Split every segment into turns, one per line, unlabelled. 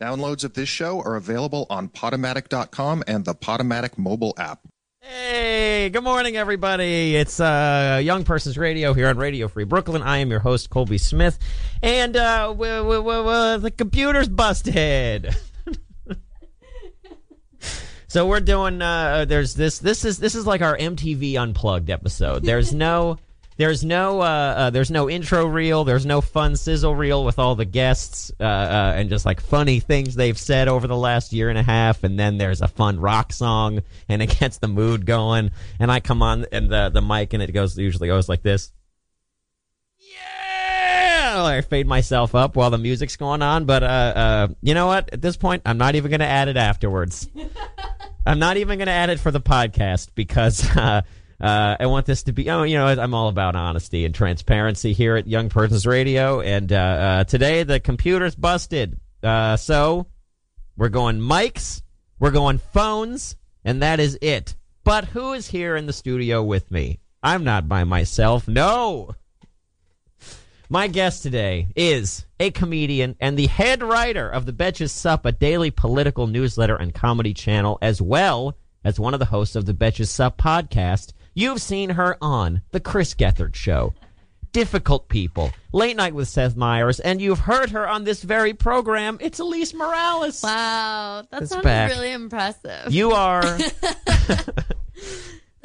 Downloads of this show are available on Potomatic.com and the Potomatic mobile app.
Hey, good morning, everybody. It's uh, Young Persons Radio here on Radio Free Brooklyn. I am your host, Colby Smith, and uh, we, we, we, we, the computer's busted. so we're doing. Uh, there's this. This is this is like our MTV Unplugged episode. There's no. There's no uh, uh, there's no intro reel. There's no fun sizzle reel with all the guests uh, uh, and just like funny things they've said over the last year and a half. And then there's a fun rock song and it gets the mood going. And I come on and the the mic and it goes usually goes like this. Yeah, I fade myself up while the music's going on. But uh, uh, you know what? At this point, I'm not even going to add it afterwards. I'm not even going to add it for the podcast because uh, uh, I want this to be. Oh, you know, I'm all about honesty and transparency here at Young Persons Radio. And uh, uh, today the computer's busted, uh, so we're going mics, we're going phones, and that is it. But who is here in the studio with me? I'm not by myself. No. My guest today is a comedian and the head writer of the Betches Sup, a daily political newsletter and comedy channel, as well as one of the hosts of the Betches Sup podcast. You've seen her on The Chris Gethard Show, Difficult People, Late Night with Seth Meyers, and you've heard her on this very program. It's Elise Morales.
Wow, that
It's
sounded
back.
Oh, really impressive.
You are. and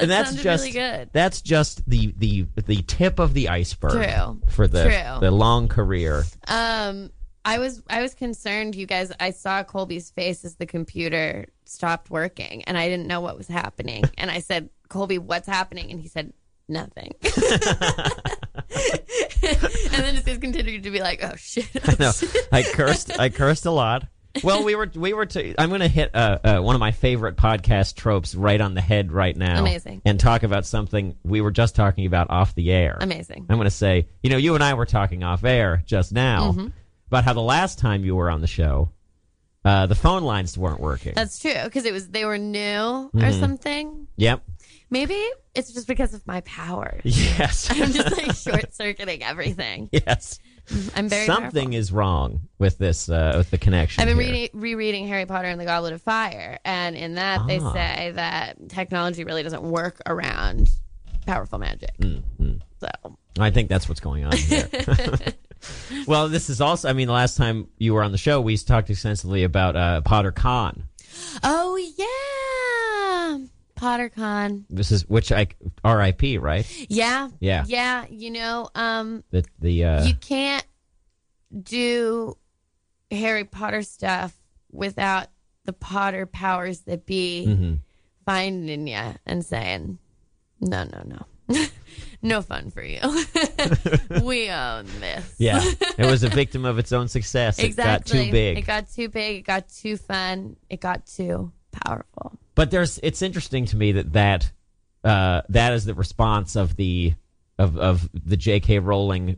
that's
sounded
just
really good.
that's just the the the tip of the iceberg
True.
for the
True.
the long career.
um, I was I was concerned, you guys. I saw Colby's face as the computer stopped working, and I didn't know what was happening. and I said, Colby, what's happening? And he said, Nothing. and then it just continued to be like, Oh shit! Oh,
no,
shit.
I cursed. I cursed a lot. Well, we were we were. To, I'm going to hit uh, uh, one of my favorite podcast tropes right on the head right now.
Amazing.
And talk about something we were just talking about off the air.
Amazing.
I'm going to say, you know, you and I were talking off air just now
Mm-hmm.
about how the last time you were on the show, uh, the phone lines weren't working.
That's true because it was they were new or
Mm-hmm.
something.
yep.
Maybe it's just because of my powers.
Yes.
I'm just like short circuiting everything.
yes.
I'm very
Something
powerful.
is wrong with this uh, with the connection.
I've been
here.
reading, rereading Harry Potter and the Goblet of Fire, and in that they
Ah.
say that technology really doesn't work around powerful magic.
Mm,
So
I think that's what's going on here. well, this is also, I mean, the last time you were on the show, we talked extensively about uh, Potter Con.
Oh yeah. PotterCon.
This is, which I, RIP, right?
Yeah.
Yeah.
Yeah. You know, um
The, the, uh,
you can't do Harry Potter stuff without the Potter powers that be
mhm.
finding you and saying, "No, no, no, no fun for you. we own this."
yeah. it was a victim of its own success.
exactly.
It got too big.
It got too big. It got too fun. It got too powerful.
but there's, it's interesting to me that that, uh, that is the response of the, of, of the J.K. Rowling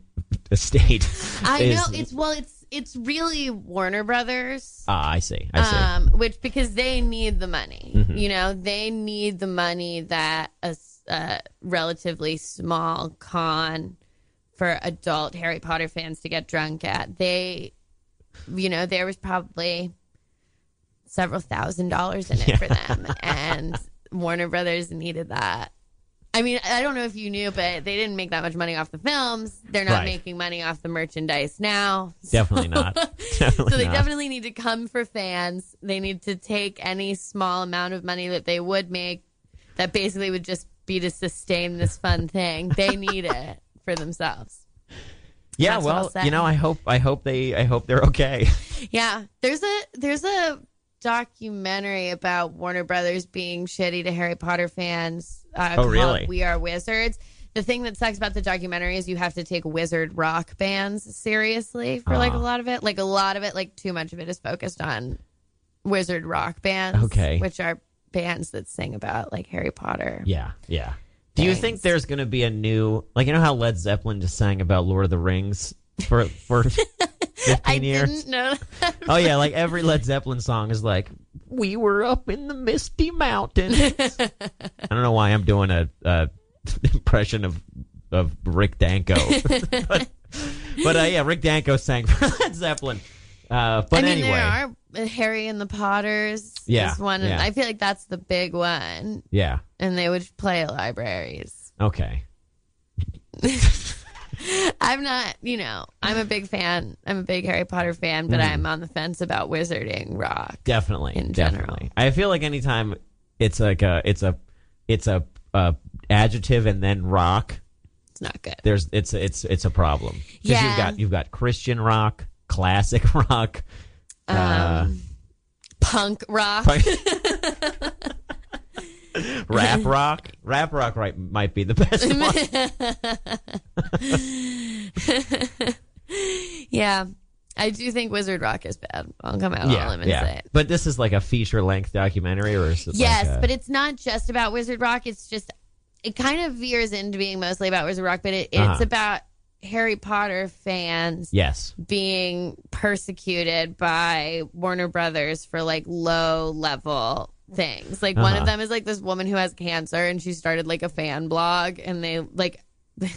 estate.
I
is-
know it's well. It's it's really Warner Brothers.
Ah, I see. I see. Mm-hmm.
Um, which because they need the money, you know, they need the money that a s- a relatively small con for adult Harry Potter fans to get drunk at. They, you know, there was probably several thousand dollars in it for them, and Warner Brothers needed that. I mean, I don't know if you knew, but they didn't make that much money off the films. They're not
Right.
making money off the merchandise now.
definitely not. Definitely
So they
not.
definitely need to come for fans. They need to take any small amount of money that they would make that basically would just be to sustain this fun thing. They need it for themselves.
yeah.
That's what I'll
Well,
say.
you know, I hope, I hope they, I hope they're okay.
Yeah. There's a there's a documentary about Warner Brothers being shitty to Harry Potter fans. Uh,
Oh,
called
really?
We Are Wizards. The thing that sucks about the documentary is you have to take wizard rock bands seriously for like a
Ah.
lot of it. Like a lot of it, like too much of it is focused on wizard rock bands.
Okay.
Which are bands that sing about like Harry Potter.
Yeah, yeah. Do you think
Thanks.
there's going to be a new like you know how Led Zeppelin just sang about Lord of the Rings for for 15
I
years?
didn't know that.
Oh yeah, like every Led Zeppelin song is like we were up in the misty mountains. I don't know why I'm doing a, a impression of of Rick Danko. but but uh, yeah, Rick Danko sang for Led Zeppelin. Uh, but
I mean,
anyway,
there are uh, Harry and the Potters.
Yeah,
is one. of-
yeah.
I feel like that's the big one,
Yeah.
and they would play at libraries.
Okay.
I'm not, you know, I'm a big fan. I'm a big Harry Potter fan, but
Mm-hmm.
I'm on the fence about Wizarding Rock.
Definitely.
In general.
definitely. I feel like anytime it's like a it's a it's a, a adjective and then rock,
It's not good.
there's it's it's it's a problem. 'Cause
Yeah.
you've got you've got Christian rock, classic rock. uh,
Um. Punk rock.
rap rock, rap rock, right? Might be the best one.
yeah. I do think Wizard Rock is bad. I'll come out on a limb and say it.
But this is like uh, a feature length documentary, or is it
Yes,
like a-
but it's not just about Wizard Rock. It's just it kind of veers into being mostly about Wizard Rock, but it, it's
Uh-huh.
about Harry Potter fans
yes,
being persecuted by Warner Brothers for like low level things. Like one
Uh-huh.
of them is like this woman who has cancer and she started like a fan blog and they like they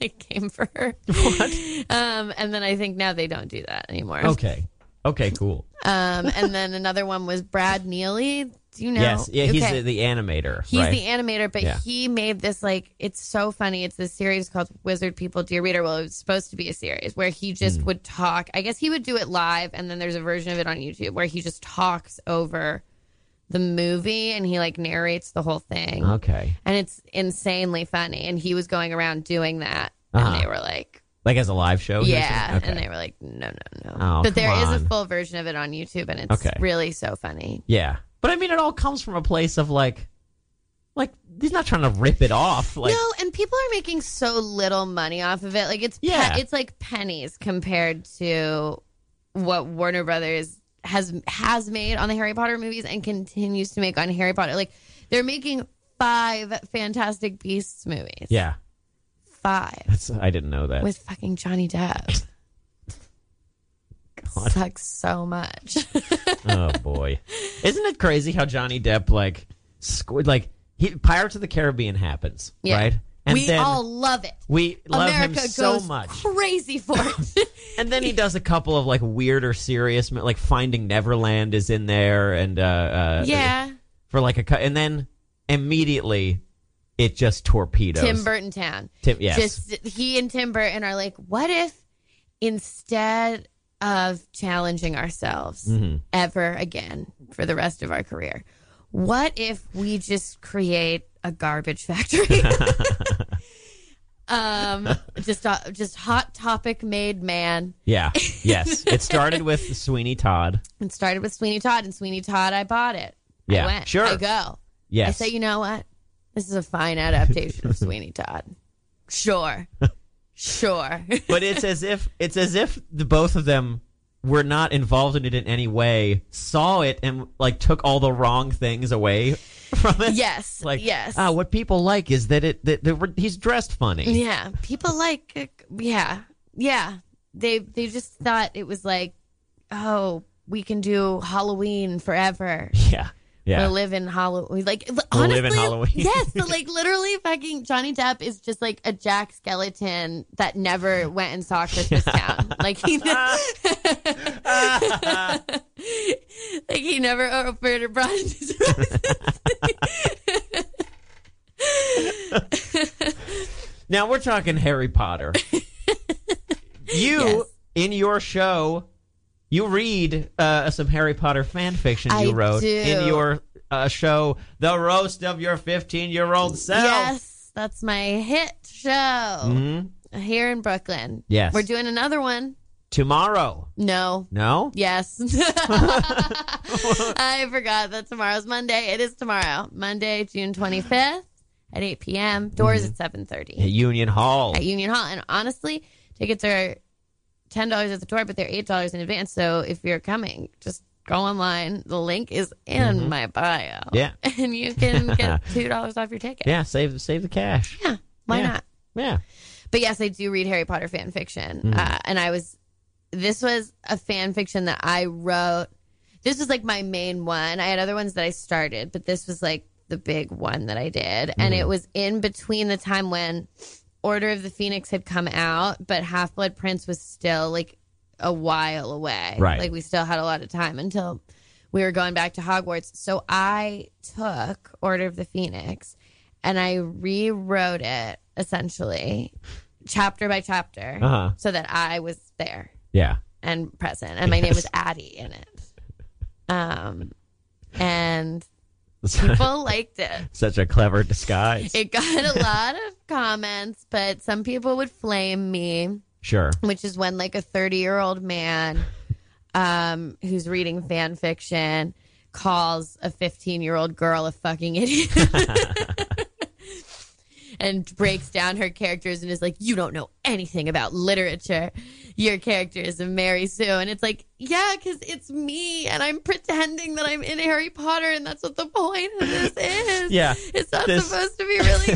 like, came for her. What? Um and then I think now they don't do that anymore.
okay, okay, cool.
Um and then another one was Brad Neely. Do you know?
Yes, yeah, he's
Okay.
the, the animator,
He's
right?
the animator, but
Yeah.
he made this like it's so funny. It's this series called Wizard People, Dear Reader. Well, it was supposed to be a series where he
Hmm.
just would talk. I guess he would do it live, and then there's a version of it on YouTube where he just talks over the movie and he like narrates the whole thing,
okay,
and it's insanely funny. And he was going around doing that,
Uh-huh.
and they were like,
like as a live show, you're
"Yeah,"
saying? okay.
and they were like, "No, no, no."
Oh,
but there
come
is
on.
a full version of it on YouTube, and it's
Okay.
really so funny.
yeah. But I mean, it all comes from a place of like, like he's not trying to rip it off, like
no, and people are making so little money off of it. Like it's pe-
Yeah.
it's like pennies compared to what Warner Brothers has has made on the Harry Potter movies and continues to make on Harry Potter. Like they're making five Fantastic Beasts movies.
yeah.
Five
That's I didn't know that.
with fucking Johnny Depp. Sucks so much.
oh boy, isn't it crazy how Johnny Depp like, squ- like he, Pirates of the Caribbean happens,
Yeah.
right? And
we
then
all love it.
we love
America
him
goes
so much.
crazy for it.
And then he does a couple of like weirder, serious, like Finding Neverland is in there, and uh, uh,
yeah,
for like a cut. And then immediately, it just torpedoes.
Tim Burton Town.
Tim, yes,
Just he and Tim Burton are like, what if instead of challenging ourselves
Mm-hmm.
ever again for the rest of our career, what if we just create a garbage factory? um, just uh, just hot topic made man.
yeah, yes. it started with Sweeney Todd.
It started with Sweeney Todd, and Sweeney Todd, I bought it.
Yeah,
I went.
sure.
I go.
Yes,
I say, you know what? This is a fine adaptation of Sweeney Todd. Sure, sure.
but it's as if it's as if the both of them were not involved in it in any way. Saw it and like took all the wrong things away from it.
Yes.
Like
yes.
ah, what people like is that it that, that he's dressed funny.
yeah. People like uh, yeah. Yeah. They they just thought it was like, oh, we can do Halloween forever.
Yeah, yeah.
We'll live in Halloween. Like
We'll
honestly,
live in Halloween.
yes, but like literally, fucking Johnny Depp is just like a Jack skeleton that never went and saw Christmas Town. Like he, like he never opened or brought in his
Now we're talking Harry Potter. you
Yes.
in your show, you read uh, some Harry Potter fan fiction you
I
wrote
do.
in your uh, show, "The Roast of Your 15-Year-Old Self."
Yes, that's my hit show
Mhm.
here in Brooklyn.
Yes.
We're doing another one.
Tomorrow,
No.
no,
Yes. I forgot that tomorrow's Monday. It is tomorrow, Monday, June 25th at 8 p.m. Doors
Mm-hmm.
at 7:30
at Union Hall.
at Union Hall. And honestly, tickets are ten dollars at the door, but they're eight dollars in advance. So if you're coming, just go online. The link is in my bio.
Mm-hmm. Yeah.
and you can get two dollars off your ticket.
yeah, save save the cash.
yeah. Why
Yeah.
not?
Yeah,
But yes, I do read Harry Potter fan fiction. Uh, and I was, this was a fan fiction that I wrote. This was like my main one. I had other ones that I started, but this was like the big one that I did. And it was in between the time when Order of the Phoenix had come out, but Half Blood Prince was still like a while away.
Right.
Like we still had a lot of time until we were going back to Hogwarts. So I took Order of the Phoenix and I rewrote it essentially chapter by chapter
Uh-huh.
so that I was there
Yeah.
and present and my name was Addie in it. Um and people liked it.
Such a clever disguise.
It got a lot of comments, but some people would flame me,
sure.
which is when like a 30 year old man um, who's reading fan fiction calls a 15 year old girl a fucking idiot. And breaks down her characters and is like, You don't know anything about literature. Your character is a Mary Sue. And it's like, Yeah, because it's me and I'm pretending that I'm in Harry Potter and that's what the point of this is.
Yeah.
It's not
This-
supposed to be really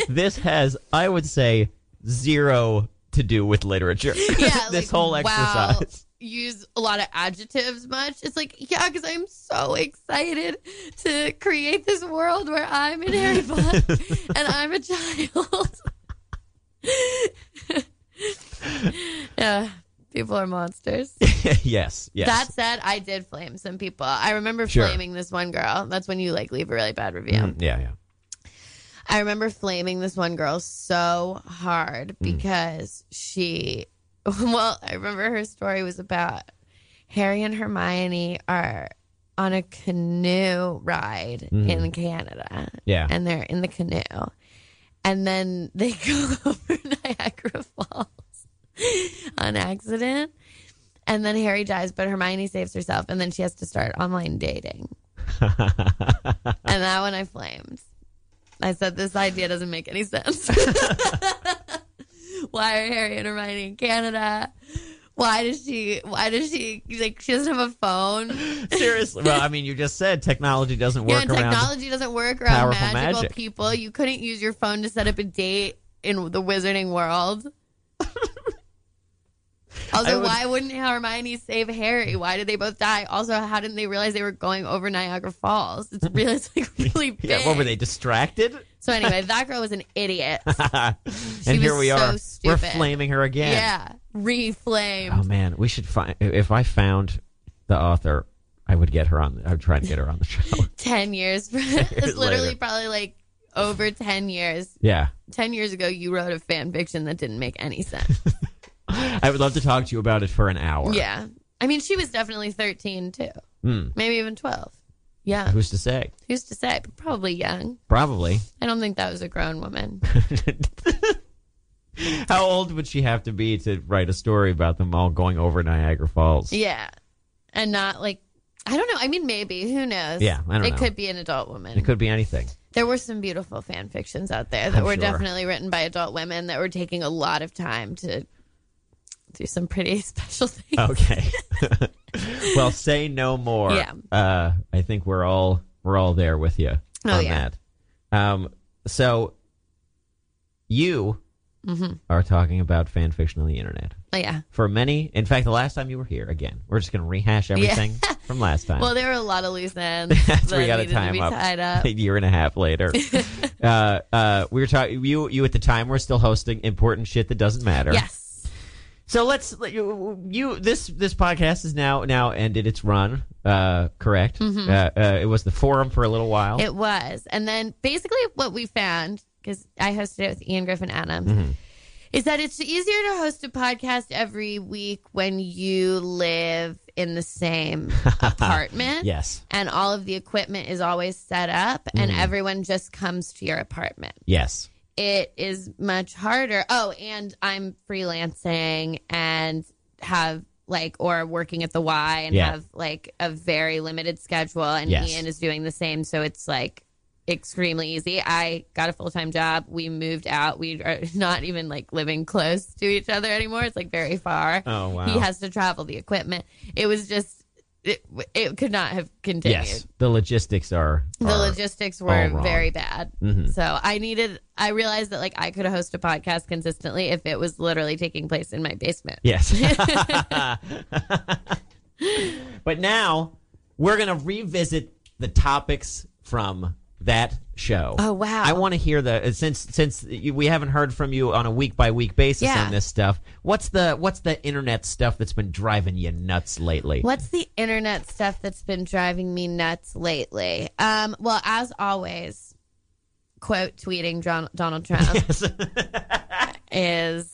good.
this has, I would say, zero to do with literature.
yeah,
this
like,
whole
wow,
exercise.
use a lot of adjectives much. It's like, yeah, because I'm so excited to create this world where I'm in Harry Potter and I'm a child. yeah, people are monsters.
yes. Yes.
That said, I did flame some people. I remember
Sure.
flaming this one girl. That's when you like leave a really bad review.
Mhm. yeah. Yeah.
I remember flaming this one girl so hard because she, well, I remember her story was about Harry and Hermione are on a canoe ride
Mhm.
in Canada
Yeah.
and they're in the canoe. And then they go over Niagara Falls on accident. And then Harry dies, but Hermione saves herself. And then she has to start online dating. and that one I flamed. I said, This idea doesn't make any sense. why are Harry and Hermione in Canada? Why does she, why does she, like, she doesn't have a phone?
Seriously. Well, I mean, you just said technology doesn't work
yeah, and
around.
technology doesn't work around
powerful
magical
magic.
people. You couldn't use your phone to set up a date in the wizarding world.
I
also,
would-
why wouldn't Hermione save Harry? Why did they both die? Also, how didn't they realize they were going over Niagara Falls? It's really, it's like really big.
yeah. What were they distracted?
So anyway, that girl was an idiot.
and
She
here
was
we
so
are. We're
stupid.
flaming her again.
yeah, reflamed.
Oh man, we should find. If I found the author, I would get her on. I would try to get her on the show.
ten years. it's literally
Um, later.
probably like over ten years.
yeah.
Ten years ago, you wrote a fan fiction that didn't make any sense.
I would love to talk to you about it for an hour.
Yeah. I mean, she was definitely 13 too.
Hmm.
Maybe even 12. Yeah.
Who's to say?
Who's to say? But probably young.
Probably.
I don't think that was a grown woman.
How old would she have to be to write a story about them all going over Niagara Falls?
yeah. And not like, I don't know. I mean, maybe. Who knows?
Yeah, I don't
it
know.
could be an adult woman.
It could be anything.
There were some beautiful fan fictions out there that
I'm
were
sure.
definitely written by adult women that were taking a lot of time to do some pretty special things.
Okay. well, say no more.
Yeah.
Uh, I think we're all we're all there with you
Oh,
on
yeah.
that. Um, so you
Mhm.
are talking about fan fiction on the internet.
Oh, yeah.
For many, in fact, the last time you were here, again, we're just going to rehash everything from last time.
Well, there were a lot of loose ends
That's
that
where you gotta
needed to
time
be
up.
tied up.
a year and a half later. uh, uh, we were talking. You, you at the time were still hosting important shit that doesn't matter.
Yes.
So let's let you, you this this podcast is now now ended its run. Uh, correct. Uh, uh, it was the forum for a little while.
Mm-hmm. It was. And then basically what we found, because I hosted it with Ian Griffin Adams, is that it's easier to host a podcast every week when you live in the same apartment.
yes.
And all of the equipment is always set up, and everyone just comes to your apartment.
Yes.
It is much harder. Oh, and I'm freelancing and have like, or working at the Y and
Yeah.
have like a very limited schedule. And
Yes.
Ian is doing the same. So it's like extremely easy. I got a full time job. We moved out. We are not even like living close to each other anymore. It's like very far.
Oh wow.
He has to travel the equipment. It was just, it, it could not have continued
yes. The logistics are.
the
are-
logistics
all
were
wrong. Mm-hmm.
very bad. So I needed, I realized that like I could host a podcast consistently if it was literally taking place in my basement.
Yes. but now we're going to revisit the topics from that show.
Oh, wow.
I want to hear the since since you, we haven't heard from you on a week by week basis
Yeah.
on this stuff. What's the what's the internet stuff that's been driving you nuts lately?
What's the internet stuff that's been driving me nuts lately? Um, well, as always, quote tweeting John, Donald Trump
Yes.
is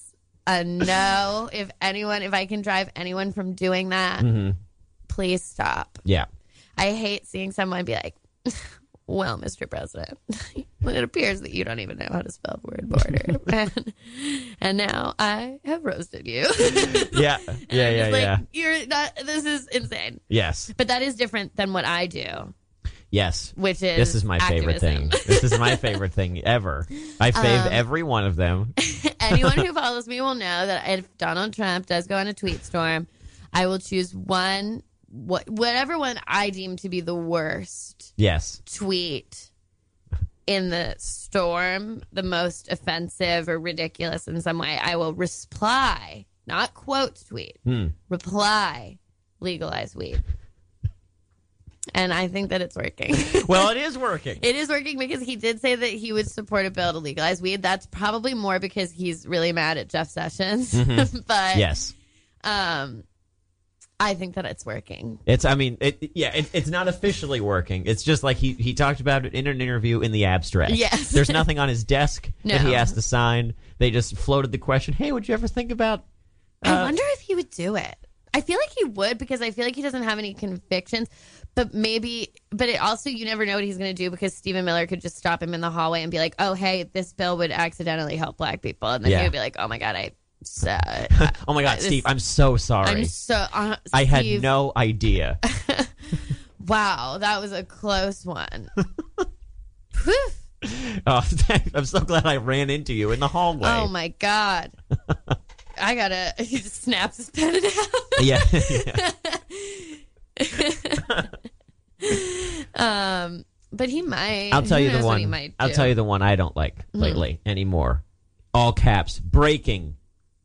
a no. if anyone, if I can drive anyone from doing that,
Mm-hmm.
please stop.
yeah.
I hate seeing someone be like, well, Mr. President, it appears that you don't even know how to spell word border. and, and now I have roasted you.
Yeah. Yeah.
I'm
Yeah.
just
yeah.
like, You're not, this is insane.
Yes.
But that is different than what I do,
Yes.
which is
This is my favorite
activism.
thing. This is my favorite thing ever. I faved
Um,
every one of them.
Anyone who follows me will know that if Donald Trump does go on a tweet storm, I will choose one, wha- whatever one I deem to be the worst
Yes.
tweet in the storm, the most offensive or ridiculous in some way. I will reply, not quote tweet, reply, legalize weed. And I think that it's working.
Well, it is working.
It is working because he did say that he would support a bill to legalize weed. That's probably more because he's really mad at Jeff Sessions. but
Yes.
um I think that it's working.
It's. I mean. It. Yeah. It, it's not officially working. It's just like he he talked about it in an interview in the abstract.
Yes.
There's nothing on his desk that he
No.
has to sign. They just floated the question. Hey, would you ever think about? Uh,
I wonder if he would do it. I feel like he would because I feel like he doesn't have any convictions. But maybe, but it also, you never know what he's going to do because Stephen Miller could just stop him in the hallway and be like, oh, hey, this bill would accidentally help black people. And then
Yeah.
he would be like, oh my God, I. So,
Oh my God,
Uh, This-
Steve. I'm so sorry.
I'm so. Uh,
I had
Steve,
no idea.
Wow, that was a close one. Whew.
Oh, I'm so glad I ran into you in the hallway.
Oh my god. I gotta he just snaps his pen in half.
yeah. yeah.
Um but he might
I'll tell
Who
you the
knows what he
one.
might
I'll
do. Mm-hmm.
tell you the one I don't like lately anymore. All caps. Breaking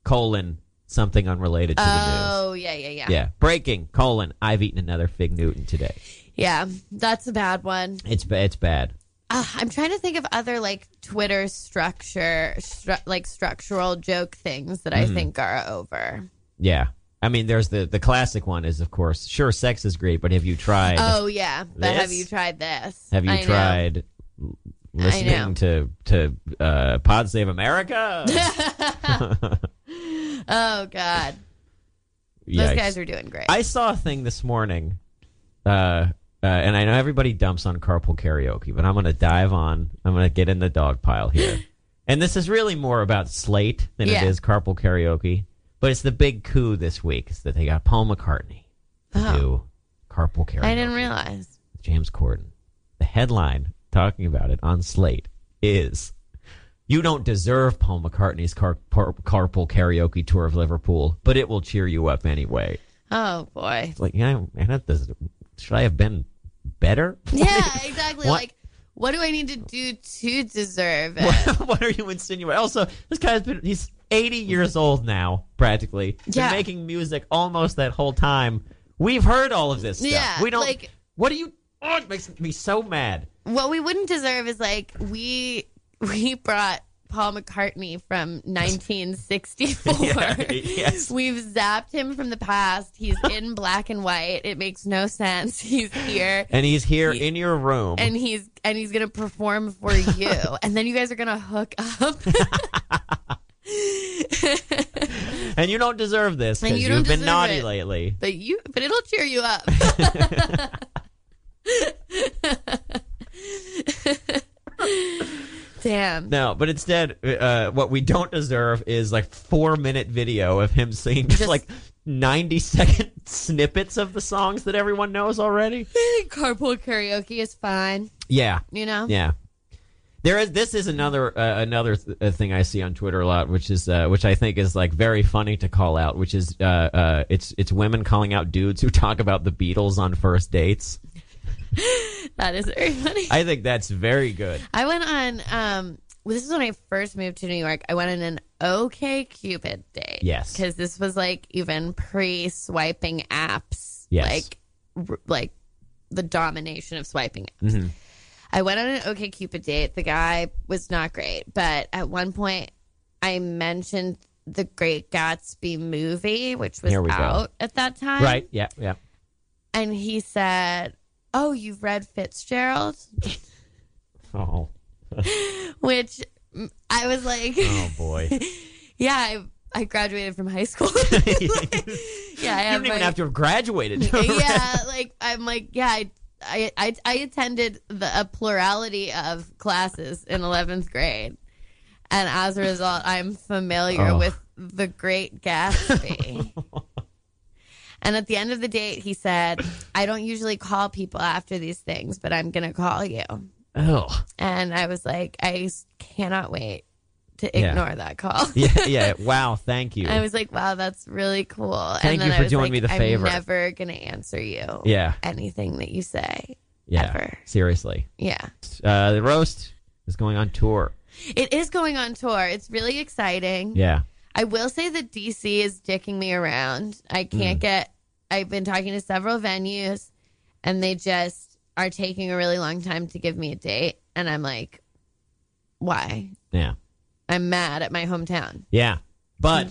colon something unrelated to the news.
Oh yeah, yeah, yeah.
Yeah. Breaking colon. I've eaten another fig Newton today.
Yeah, that's a bad one.
It's ba- it's bad.
Uh, I'm trying to think of other like Twitter structure stru- like structural joke things that
Mm-hmm.
I think are over.
Yeah. I mean, there's the the classic one is of course sure sex is great, but have you tried?
Oh yeah, but have
This?
you tried this?
have you
I know.
tried l- listening
know.
to to uh, Pod Save America?
Oh
Yikes.
god. Those guys are doing great.
I saw a thing this morning, uh, uh, and I know everybody dumps on carpool karaoke, but I'm going to dive on. I'm going to get in the dog pile here. and this is really more about Slate than
Yeah.
it is carpool karaoke, but it's the big coup this week is that they got Paul McCartney to do carpool karaoke.
Oh. I didn't realize.
James Corden. The headline talking about it on Slate is You don't deserve Paul McCartney's car- par- carpool karaoke tour of Liverpool, but it will cheer you up anyway.
Oh boy.
It's like, yeah, and that does, should I have been better?
Yeah, exactly.
What-
Like, what do I need to do to deserve it?
what are you insinuating? Also, this guy's been, he's 80 years old now, practically. Been
Yeah.
making music almost that whole time. We've heard all of this stuff.
Yeah,
we don't,
like-
what do you, oh, it makes me so mad.
What we wouldn't deserve is like we we brought Paul McCartney from 1964.
Yeah, yes.
We've zapped him from the past. He's in black and white. It makes no sense. He's here.
And he's here in your room.
And he's and he's gonna perform for you, and then you guys are gonna hook up.
And you don't deserve this
And
because you
you don't
have been
deserve
naughty
it.
lately.
But you, but it'll cheer you up. Damn.
No, but instead, uh, what we don't deserve is like four minute video of him singing just,
Just-
like 90 second snippets of the songs that everyone knows already.
Carpool karaoke is fine,
Yeah.
you know?
Yeah. There is this is another uh, another th- uh, thing I see on Twitter a lot, which is uh, which I think is like very funny to call out, which is uh, uh, it's it's women calling out dudes who talk about the Beatles on first dates.
That is very funny. I,
I think that's very good.
went on, um, well, this is when I first moved to New York. I went on an OK Cupid date.
Yes.
Because this was like even pre swiping apps.
Yes. Mm-hmm.
Like, r- like the domination of swiping apps. I went on an OK Cupid date. The guy was not great, but at one point I mentioned the Great Gatsby movie, which was
Here we go.
out at that time.
Right. Yeah. Yeah.
And he said, Oh, you've read Fitzgerald?
Oh.
Which mm, I was like,
Oh boy. you
Yeah, I, I graduated from high school. yeah, I have
don't even
my-
have to have graduated.
yeah, like I'm like yeah, I I I, I attended the, a plurality of classes in 11th grade, and as a result, I'm familiar
Oh.
with The Great Gatsby. and at the end of the date, he said, "I don't usually call people after these things, but I'm gonna call you."
oh.
And I was like, I s- cannot wait to
Yeah.
ignore that call.
Yeah. Yeah. Wow. Thank you.
I was like, wow, that's really cool.
Thank
and then
you
I
for
was
doing
like,
me the
I'm
favor.
never going to answer you.
yeah.
Anything that you say.
Yeah.
ever.
Seriously.
Yeah.
Uh, the roast is going on tour.
It is going on tour. It's really exciting.
Yeah.
I will say that DC is dicking me around. I
Hmm.
can't get, I've been talking to several venues and they just are taking a really long time to give me a date. And I'm like, why?
Yeah.
I'm mad at my hometown.
Yeah. But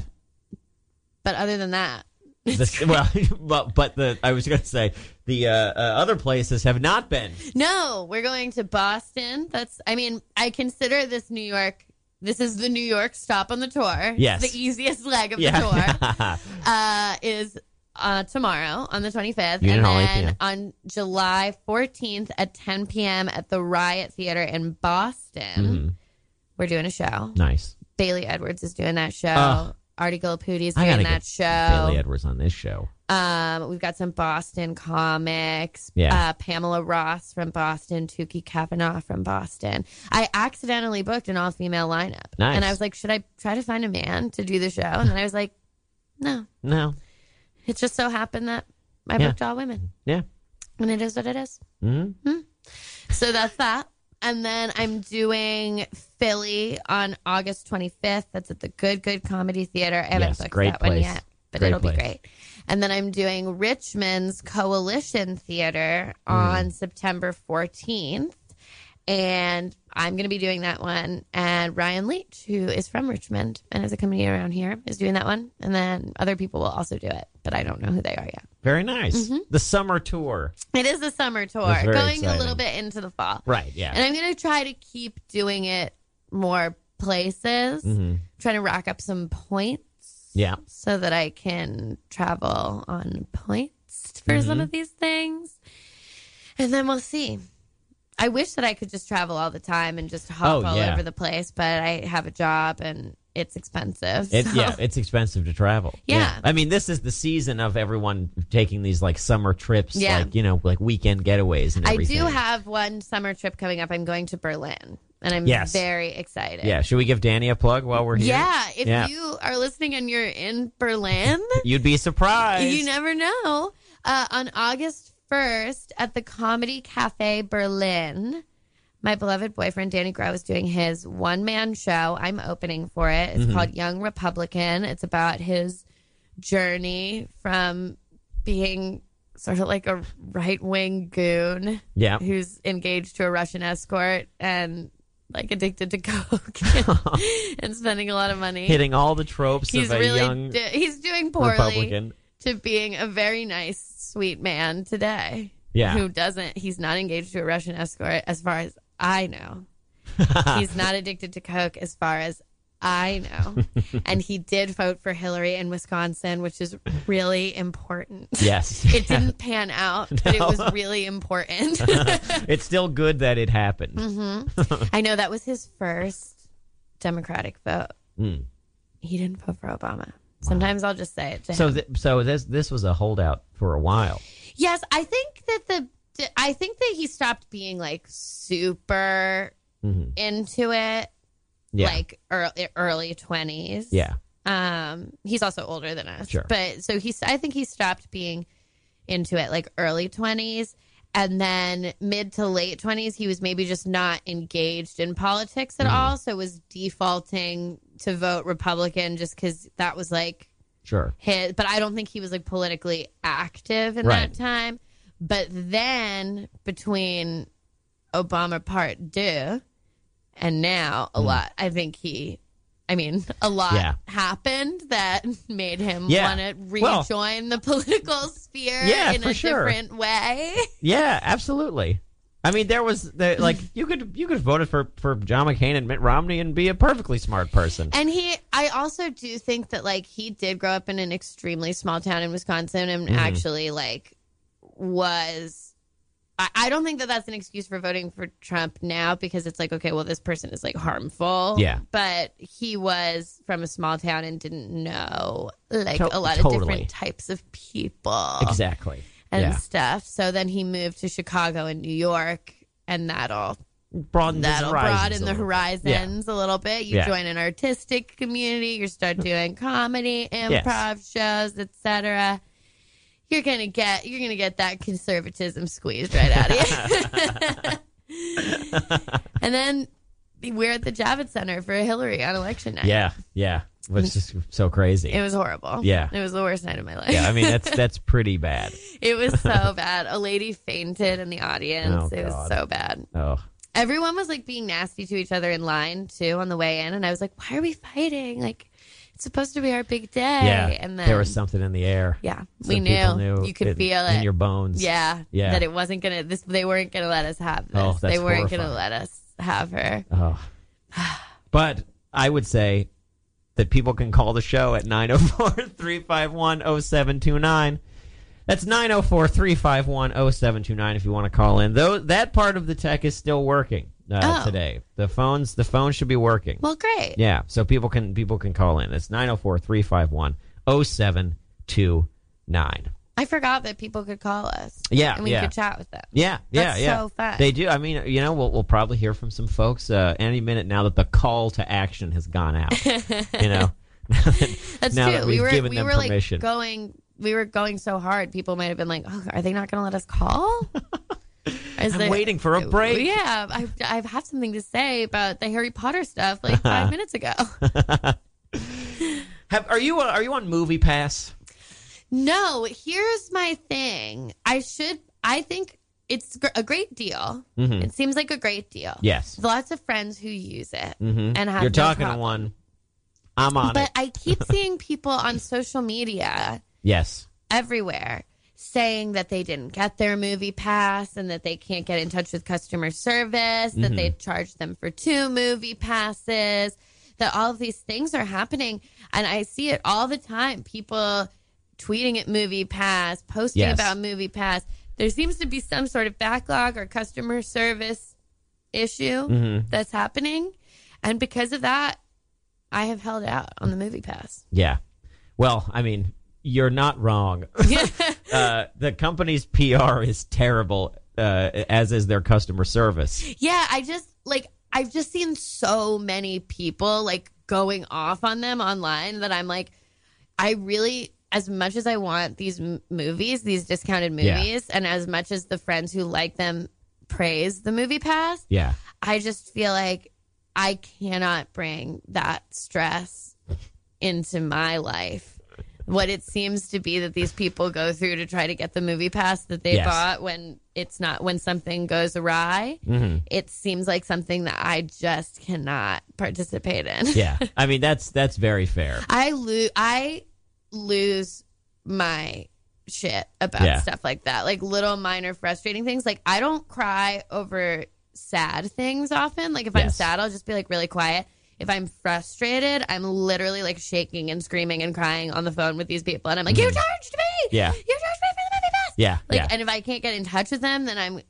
But other than that,
the, well, but, but the I was going to say the uh, uh, other places have not been.
No, we're going to Boston. That's I mean, I consider this New York this is the New York stop on the tour.
Yes.
The easiest leg of the tour.
Yeah.
Uh is uh, tomorrow on the 25th,
Union
and
Hall, 8
then
p.m..
on July 14th at 10 p.m. at the Riot Theater in Boston,
Mhm.
we're doing a show.
Nice.
Bailey Edwards is doing that show.
Ugh.
Artie Gilliputi's
Oh. I gotta
doing
get
that show.
Bailey Edwards on this show.
Um, we've got some Boston comics.
Yeah.
Uh, Pamela Ross from Boston, Tukey Kavanaugh from Boston. I accidentally booked an all female lineup.
Nice.
And I was like, should I try to find a man to do the show? And then I was like, no.
No.
It just so happened that I
Yeah.
booked all women.
Yeah.
And it is what it is.
hmm
So that's that. And then I'm doing Philly on August 25th. That's at the Good Good Comedy Theater. I haven't
Yes,
booked
great
that one
place.
yet, but
Great
it'll
place.
be great. And then I'm doing Richmond's Coalition Theater
Hmm.
on September 14th. And I'm going to be doing that one. And Ryan Leach, who is from Richmond and is a comedian around here, is doing that one. And then other people will also do it, but I don't know who they are yet.
Very nice.
Mm-hmm.
The summer tour.
It is a summer tour,
That's very
going a
exciting.
little bit into the fall.
Right. Yeah.
And I'm going to try to keep doing it more places, trying to rack up some points
Mm-hmm. yeah.
so that I can travel on points for
Mm-hmm.
some of these things. And then we'll see. I wish that I could just travel all the time and just hop
Oh,
all
yeah.
over the place, but I have a job and it's expensive.
It,
so-
yeah, it's expensive to travel.
Yeah.
I mean, this is the season of everyone taking these like summer trips,
Yeah.
like, you know, like weekend getaways and
I
everything.
do have one summer trip coming up. I'm going to Berlin and I'm
Yes.
very excited.
Yeah. Should we give Danny a plug while we're here?
Yeah, if
Yeah.
you are listening and you're in Berlin,
You'd be surprised.
you never know. Uh, on August 1st at the Comedy Cafe Berlin, my beloved boyfriend Danny Grau is doing his one man show. I'm opening for it. It's
Mm-hmm.
called Young Republican. It's about his journey from being sort of like a right wing goon
Yeah.
who's engaged to a Russian escort and like addicted to coke and spending a lot of money.
Hitting all the tropes
he's
of a
really
young
do- he's doing poorly
Republican.
to being a very nice, sweet man today.
Yeah.
who doesn't? He's not engaged to a Russian escort, as far as I know. he's not addicted to coke, as far as I know. and he did vote for Hillary in Wisconsin, which is really important.
Yes.
It didn't pan out, but it was really important.
it's still good that it happened.
Mm-hmm. I know that was his first Democratic vote.
Mm.
He didn't vote for Obama. Sometimes I'll just say it to him.
So, th- so this this was a holdout for a while.
Yes, I think that the I think that he stopped being like super
Mhm.
into it
Yeah.
like early early 20s.
yeah.
Um he's also older than us.
Sure.
But so he's I think he stopped being into it like early 20s and then mid to late 20s he was maybe just not engaged in politics
Mm-hmm.
at all so was defaulting to vote Republican just cuz that was like
Sure.
his but I don't think he was like politically active in
Right.
that time. But then between Obama Part Deux, and now a lot. I think he, I mean, a lot
Mm. Yeah.
happened that made him
Yeah.
want to
Well-
rejoin the political sphere
Yeah,
in
for
a
sure.
different way.
Yeah, absolutely. I mean, there was the, like you could you could have voted for for John McCain and Mitt Romney and be a perfectly smart person.
And he, I also do think that like he did grow up in an extremely small town in Wisconsin and
Mhm.
actually like was. I, I don't think that that's an excuse for voting for Trump now because it's like, okay, well, this person is like harmful.
Yeah.
But he was from a small town and didn't know like
To-
a lot
totally.
of different types of people
Exactly.
and
yeah.
stuff. So then he moved to Chicago and New York and that'll
Broaden
that'll broaden the
horizon.
horizons a little bit. You
Yeah. Mm-hmm.
join an artistic community, you start doing comedy, improv shows, etc. You're gonna get you're gonna get that conservatism squeezed right out of you. and then we're at the Javits Center for Hillary on election night.
Yeah, yeah. Which is so crazy.
It was horrible.
Yeah.
It was the worst night of my life.
yeah, I mean that's that's pretty bad.
it was so bad. A lady fainted in the audience.
Oh,
it was
God.
so bad.
Oh,
everyone was like being nasty to each other in line too on the way in and i was like why are we fighting like it's supposed to be our big day
yeah.
and then
there was something in the air.
yeah
Some
we knew.
people knew
you could
it-
feel
in
it
your bones.
yeah
Yeah.
that it wasn't gonna this they weren't gonna let us have this
Oh, that's
they weren't gonna
horrifying.
let us have her
Oh. But I would say that people can call the show at 904-351-0729. That's 904-351-0729 if you want to call in. Though that part of the tech is still working uh,
Oh.
today. The phones the phone should be working.
well great
yeah, so people can people can call in. oh It's 904-351-0729.
i forgot that people could call us
Yeah,
and we
yeah.
could chat with them
Yeah, yeah,
That's
yeah.
so fun.
They do. I mean, you know, we'll, we'll probably hear from some folks uh, any minute now that the call to action has gone out. you know,
That's
now
true.
that
we
we've
were
given
we
them
were
permission.
like going we were going so hard. People might have been like, "Oh, are they not going to let us call?" Is
I'm
there-
waiting for a break.
Yeah, I I have something to say about the Harry Potter stuff like five minutes ago.
Have, are you uh, are you on Movie Pass?
No, here's my thing. I should. I think it's gr- a great deal.
Mhm.
It seems like a great deal.
Yes.
There's lots of friends who use it
Mm-hmm.
and have.
You're
no
talking
problem.
to one. I'm on
But
it.
I keep seeing people on social media
Yes.
everywhere saying that they didn't get their movie pass and that they can't get in touch with customer service, that they charged them for two movie passes, that all of these things are happening. And I see it all the time. People tweeting at movie pass, posting
Yes.
about movie pass. There seems to be some sort of backlog or customer service issue
Mm-hmm.
that's happening. And because of that, I have held out on the movie pass.
Yeah. Well, I mean, you're not wrong. uh, the company's PR is terrible, uh, as is their customer service.
Yeah, I just like I've just seen so many people like going off on them online that I'm like, I really, as much as I want these m- movies, these discounted
Yeah.
movies, and as much as the friends who like them praise the movie pass,
Yeah.
I just feel like I cannot bring that stress into my life. What it seems to be that these people go through to try to get the movie pass that they
Yes.
bought when it's not when something goes awry
Mm-hmm.
it seems like something that I just cannot participate in.
Yeah. I mean, that's that's very fair.
I lose I lose my shit about
Yeah.
stuff like that. Like little minor frustrating things. Like I don't cry over sad things often. Like if I'm
Yes.
sad, I'll just be like really quiet. If I'm frustrated, I'm literally like shaking and screaming and crying on the phone with these people and I'm like, You charged me.
Mm-hmm. Yeah.
You charged me for the movie pass.
Yeah.
Like,
yeah.
and if I can't get in touch with them, then I'm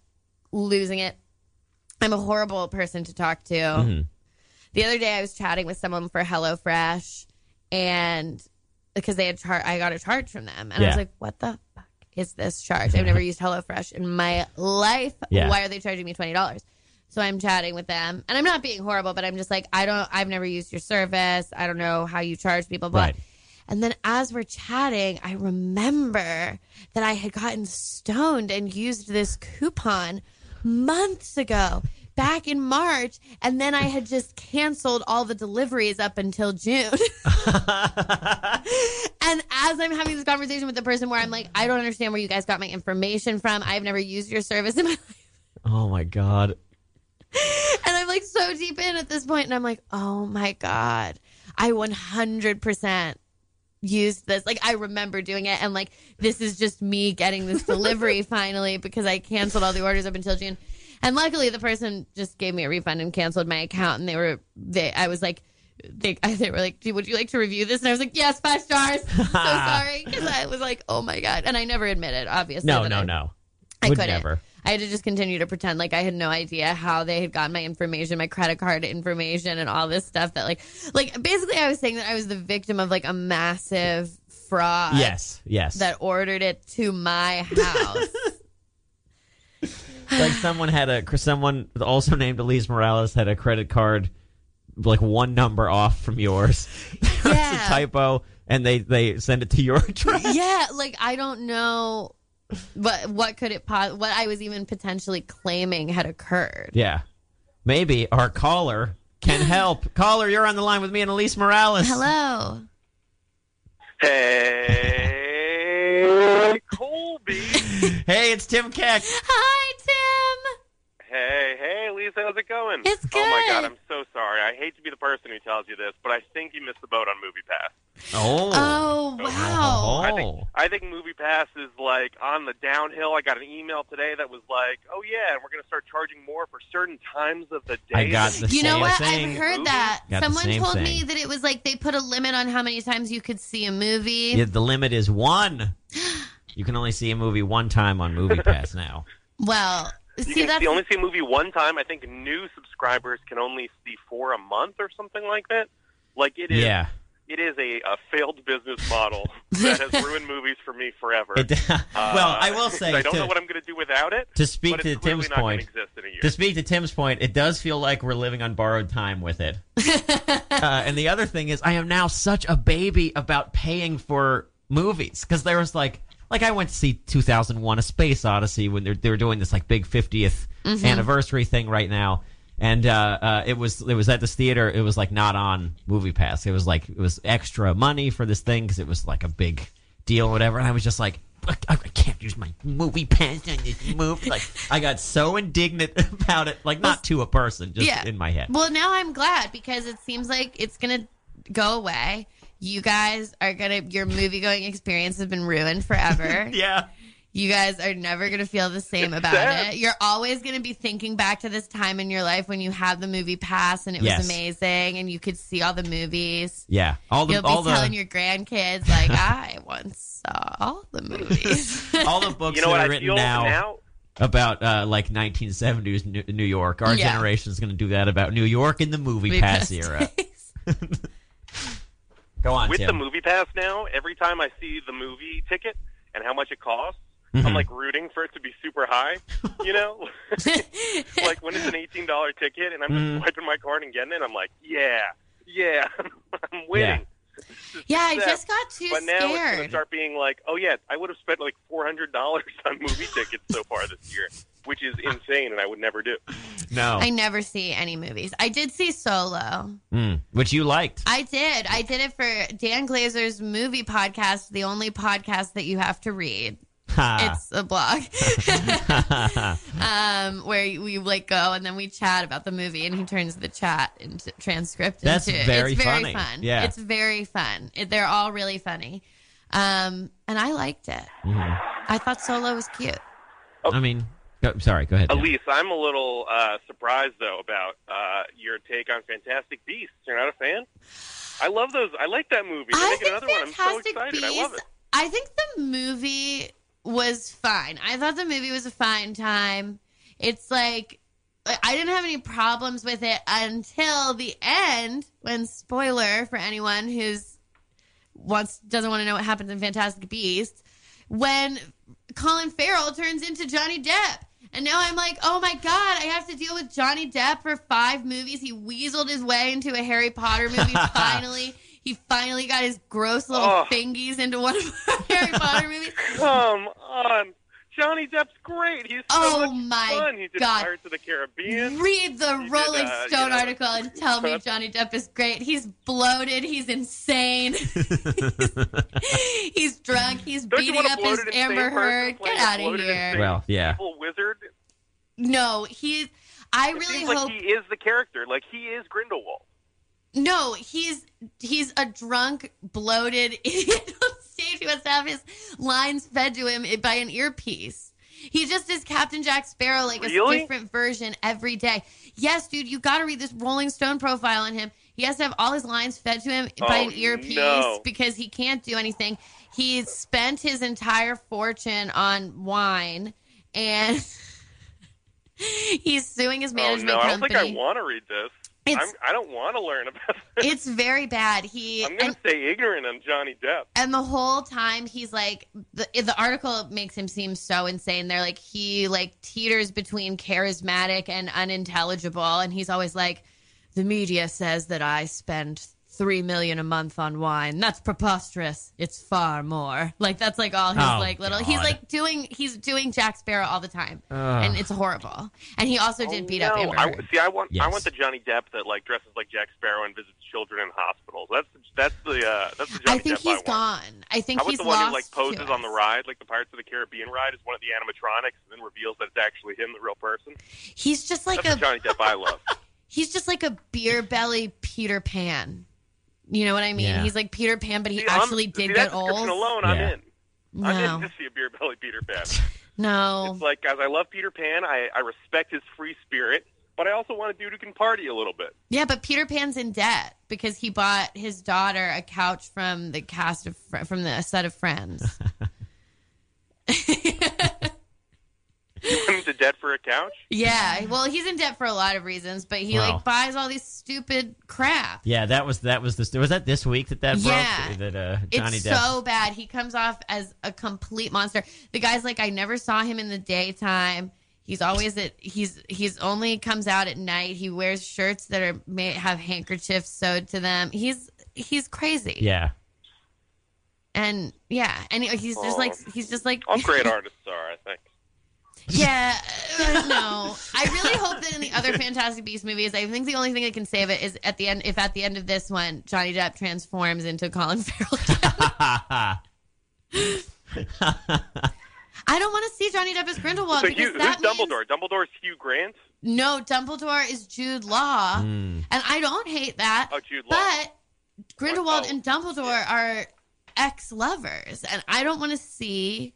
losing it. I'm a horrible person to talk to.
Mhm.
The other day, I was chatting with someone for HelloFresh, and because they had char- I got a charge from them, and I
Yeah.
was like, "What the fuck is this charge? I've never used HelloFresh in my life.
Yeah.
Why are they charging me twenty dollars?" So I'm chatting with them, and I'm not being horrible, but I'm just like, "I don't. I've never used your service. I don't know how you charge people." Blah.
Right.
And then as we're chatting, I remember that I had gotten stoned and used this coupon months ago, back in March, and then I had just canceled all the deliveries up until June. and as I'm having this conversation with the person where I'm like, I don't understand where you guys got my information from. I've never used your service in my life.
Oh my god.
and I'm like so deep in at this point, and I'm like, oh my god, I 100% used this. Like I remember doing it, and like this is just me getting this delivery finally because I canceled all the orders up until June. And luckily, the person just gave me a refund and canceled my account, and they were they. I was like. They, they were like, "Would you like to review this?" And I was like, "Yes, five stars." so sorry because I was like, "Oh my god!" And I never admitted, obviously.
No,
that
no,
I-
no.
I
Would
couldn't.
never.
I had to just continue to pretend like I had no idea how they had gotten my information, my credit card information, and all this stuff. That like, like basically, I was saying that I was the victim of like a massive fraud.
Yes, yes.
Uh, that ordered it to my house.
like someone had a someone also named Elise Morales had a credit card like one number off from yours. It's
Yeah.
a typo, and they they send it to your address.
yeah, like I don't know. What what could it pos- what I was even potentially claiming had occurred?
Yeah, maybe our caller can help. caller, you're on the line with me and Elise Morales.
Hello.
Hey, Colby.
Hey, it's Tim Keck.
Hi, Tim.
Hey, hey, Lisa, how's it going?
It's
Oh my
good.
God, I'm so sorry. I hate to be the person who tells you this, but I think you missed the boat on Movie Pass.
Oh.
Oh wow.
I think I think Movie Pass is like on the downhill. I got an email today that was like, "Oh yeah, and we're going to start charging more for certain times of the day."
I got the
you know
same
what?
thing.
I've heard that.
Got the
Someone
same
told me
thing.
that it was like they put a limit on how many times you could see a movie.
Yeah, the limit is one. You can only see a movie one time on Movie Pass now.
Well,
You
see
can
that's
see, only see a movie one time. I think new subscribers can only see four a month or something like that. Like it is,
Yeah,
it is a, a failed business model that has ruined movies for me forever.
it, well, I will say
uh, I don't
to-
know what I'm going to do without it.
to speak
but
to
it's clearly
Tim's
not gonna
point,
exist in a year.
to speak to Tim's point, it does feel like we're living on borrowed time with it. uh, and the other thing is, I am now such a baby about paying for movies because there was like, like I went to see 2001: A Space Odyssey when they're they're doing this like big 50th
Mm-hmm.
anniversary thing right now. And uh, uh, it was it was at this theater. It was like not on Movie Pass. It was like it was extra money for this thing because it was like a big deal or whatever. And I was just like, I, I can't use my movie pass on this movie. Like, I got so indignant about it, like not to a person, just
Yeah.
in my head.
Well, now I'm glad because it seems like it's going to go away. You guys are going to your movie going experience has been ruined forever.
Yeah.
You guys are never going to feel the same about
sad.
it. You're always going to be thinking back to this time in your life when you had the movie pass and it
Yes.
was amazing and you could see all the movies.
Yeah. All the
You'll
all
be telling
the
your grandkids like I once saw all the movies.
all the books
you know
that
what
are
I
written
feel
now, about uh, like 1970s New, New York. Our
Yeah.
generation's going to do that about New York in the movie
Movie
pass
pass
era. Go on,
With
Tim.
the movie pass now, every time I see the movie ticket and how much it costs,
Mhm.
I'm like rooting for it to be super high. You know, like when it's an eighteen dollar ticket and I'm
Mm.
just swiping my card and getting it, I'm like, yeah, yeah, I'm winning.
yeah, I just got too
But now it's going to
scared.
start being like, oh yeah, I would have spent like four hundred dollars on movie tickets so far this year, which is insane, and I would never do.
no,
I never see any movies. I did see Solo.
Mm. which you liked.
I did. I did it for Dan Glazer's movie podcast, the only podcast that you have to read.
Ha.
It's a blog. um, where we like go and then we chat about the movie and he turns the chat into transcript
That's
into
very
it's
funny.
very fun.
Yeah.
It's very fun. It, they're all really funny. Um, and I liked it.
Mhm.
I thought Solo was cute.
Oh.
I mean, go, sorry. Go ahead. Tim.
Elise, I'm a little uh, surprised though about uh, your take on Fantastic Beasts. You're not a fan? I love those. I like that movie. They're
I
making
think
another one. I'm so
Fantastic
excited. I love
Beasts.
it.
I think the movie was fine. I thought the movie was a fine time. It's like I didn't have any problems with it until the end. When spoiler for anyone who's wants doesn't want to know what happens in Fantastic Beasts, when Colin Farrell turns into Johnny Depp. And now I'm like, oh my God, I have to deal with Johnny Depp for five movies. He weaseled his way into a Harry Potter movie finally. He finally got his gross little
Oh.
fingies into one of our Harry Potter movies.
Come on. Johnny Depp's great. He's so
Oh
much
my
fun. He did
God.
Pirates of the Caribbean.
Read the
did,
Rolling
uh, you
Stone
know,
article and tell me
stuff.
Johnny Depp is great. He's bloated. He's insane. he's, he's drunk. He's
Don't you
beating
want a
up his
bloated insane
Amber
person
Heard.
playing
Get
a
out of
bloated
here.
insane
Well, yeah.
Evil wizard.
No, he. I
It
really
seems
hope
like he is the character. Like he is Grindelwald.
No, he's he's a drunk, bloated idiot on stage who has to have his lines fed to him by an earpiece. He just is Captain Jack Sparrow, like
Really?
a different version every day. Yes, dude, you got to read this Rolling Stone profile on him. He has to have all his lines fed to him by
Oh,
an earpiece
no.
because he can't do anything. He spent his entire fortune on wine, and he's suing his management
oh no, I don't
company.
think I want to read this.
It's-
I'm, I don't want to learn about. This.
it's very bad. He
I'm going
and-
to stay ignorant on Johnny Depp.
And the whole time he's like the the article makes him seem so insane. They're like he like teeters between charismatic and unintelligible and he's always like the media says that I spend 3 million a month on wine. That's preposterous. It's far more. Like that's like all his
Oh,
like little
God.
he's like doing he's doing Jack Sparrow all the time.
Ugh.
And it's horrible. And he also did
Oh,
beat up
no.
Amber.
I,
Heard.
see, I want I
Yes.
want the Johnny Depp that like dresses like Jack Sparrow and visits children in hospitals. That's that's the uh, that's the
I
Johnny
think
Depp
he's
I want.
gone. I think
How about
he's
the one
lost
who like
to
poses on the
us.
ride, like the Pirates of the Caribbean ride, is one of the animatronics, and then reveals that it's actually him, the real person.
He's just like
That's
a
the Johnny Depp I love.
he's just like a beer belly Peter Pan. You know what I mean?
Yeah.
He's like Peter Pan, but he
See, I'm-
actually
see,
did
that
get old.
description Alone,
Yeah.
I'm in. I'm
No,
in to see a beer belly Peter Pan.
no.
It's like, guys, I love Peter Pan. I, I respect his free spirit, but I also want a dude who can party a little bit.
yeah, but Peter Pan's in debt because he bought his daughter a couch from the cast of Fr- from the set of Friends.
Put him to debt for a couch.
yeah, well, he's in debt for a lot of reasons, but he
Wow.
like buys all these stupid crap.
Yeah, that was that was the was that this week that that
Yeah.
broke that uh, Johnny
It's
Depp.
so bad. He comes off as a complete monster. The guy's like, I never saw him in the daytime. He's always at he's he's only comes out at night. He wears shirts that are may have handkerchiefs sewed to them. He's he's crazy.
yeah,
And yeah, and he's just like
Oh.
he's just like
All great artists are, I think.
yeah. uh, no, I really hope that in the other Fantastic Beasts movies, I think the only thing that can save it is at the end. If at the end of this one, Johnny Depp transforms into Colin Farrell. I don't want to see Johnny Depp as Grindelwald.
so
because
Hugh, who's
that means-
Dumbledore? Dumbledore's Hugh Grant.
No, Dumbledore is Jude Law,
Mm.
and I don't hate that.
Oh, Jude Law.
But Grindelwald
Oh.
and Dumbledore are ex-lovers, and I don't want to see.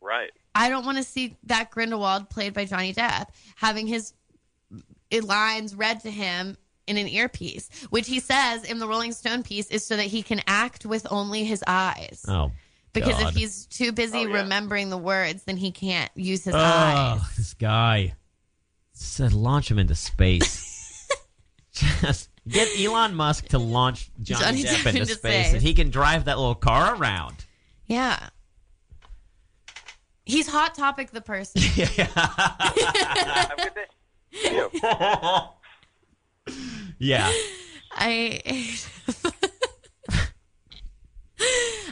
Right.
I don't want to see that Grindelwald played by Johnny Depp having his lines read to him in an earpiece, which he says in the Rolling Stone piece is so that he can act with only his eyes.
oh,
because
God.
if he's too busy
Oh, yeah.
remembering the words, then he can't use his eyes.
oh, this guy said launch him into space. Just get Elon Musk to launch Johnny,
Johnny
Depp,
Depp
into,
into
space,
space.
and he can drive that little car around.
Yeah. He's hot topic the person.
Have a good day. Yeah.
yeah,
I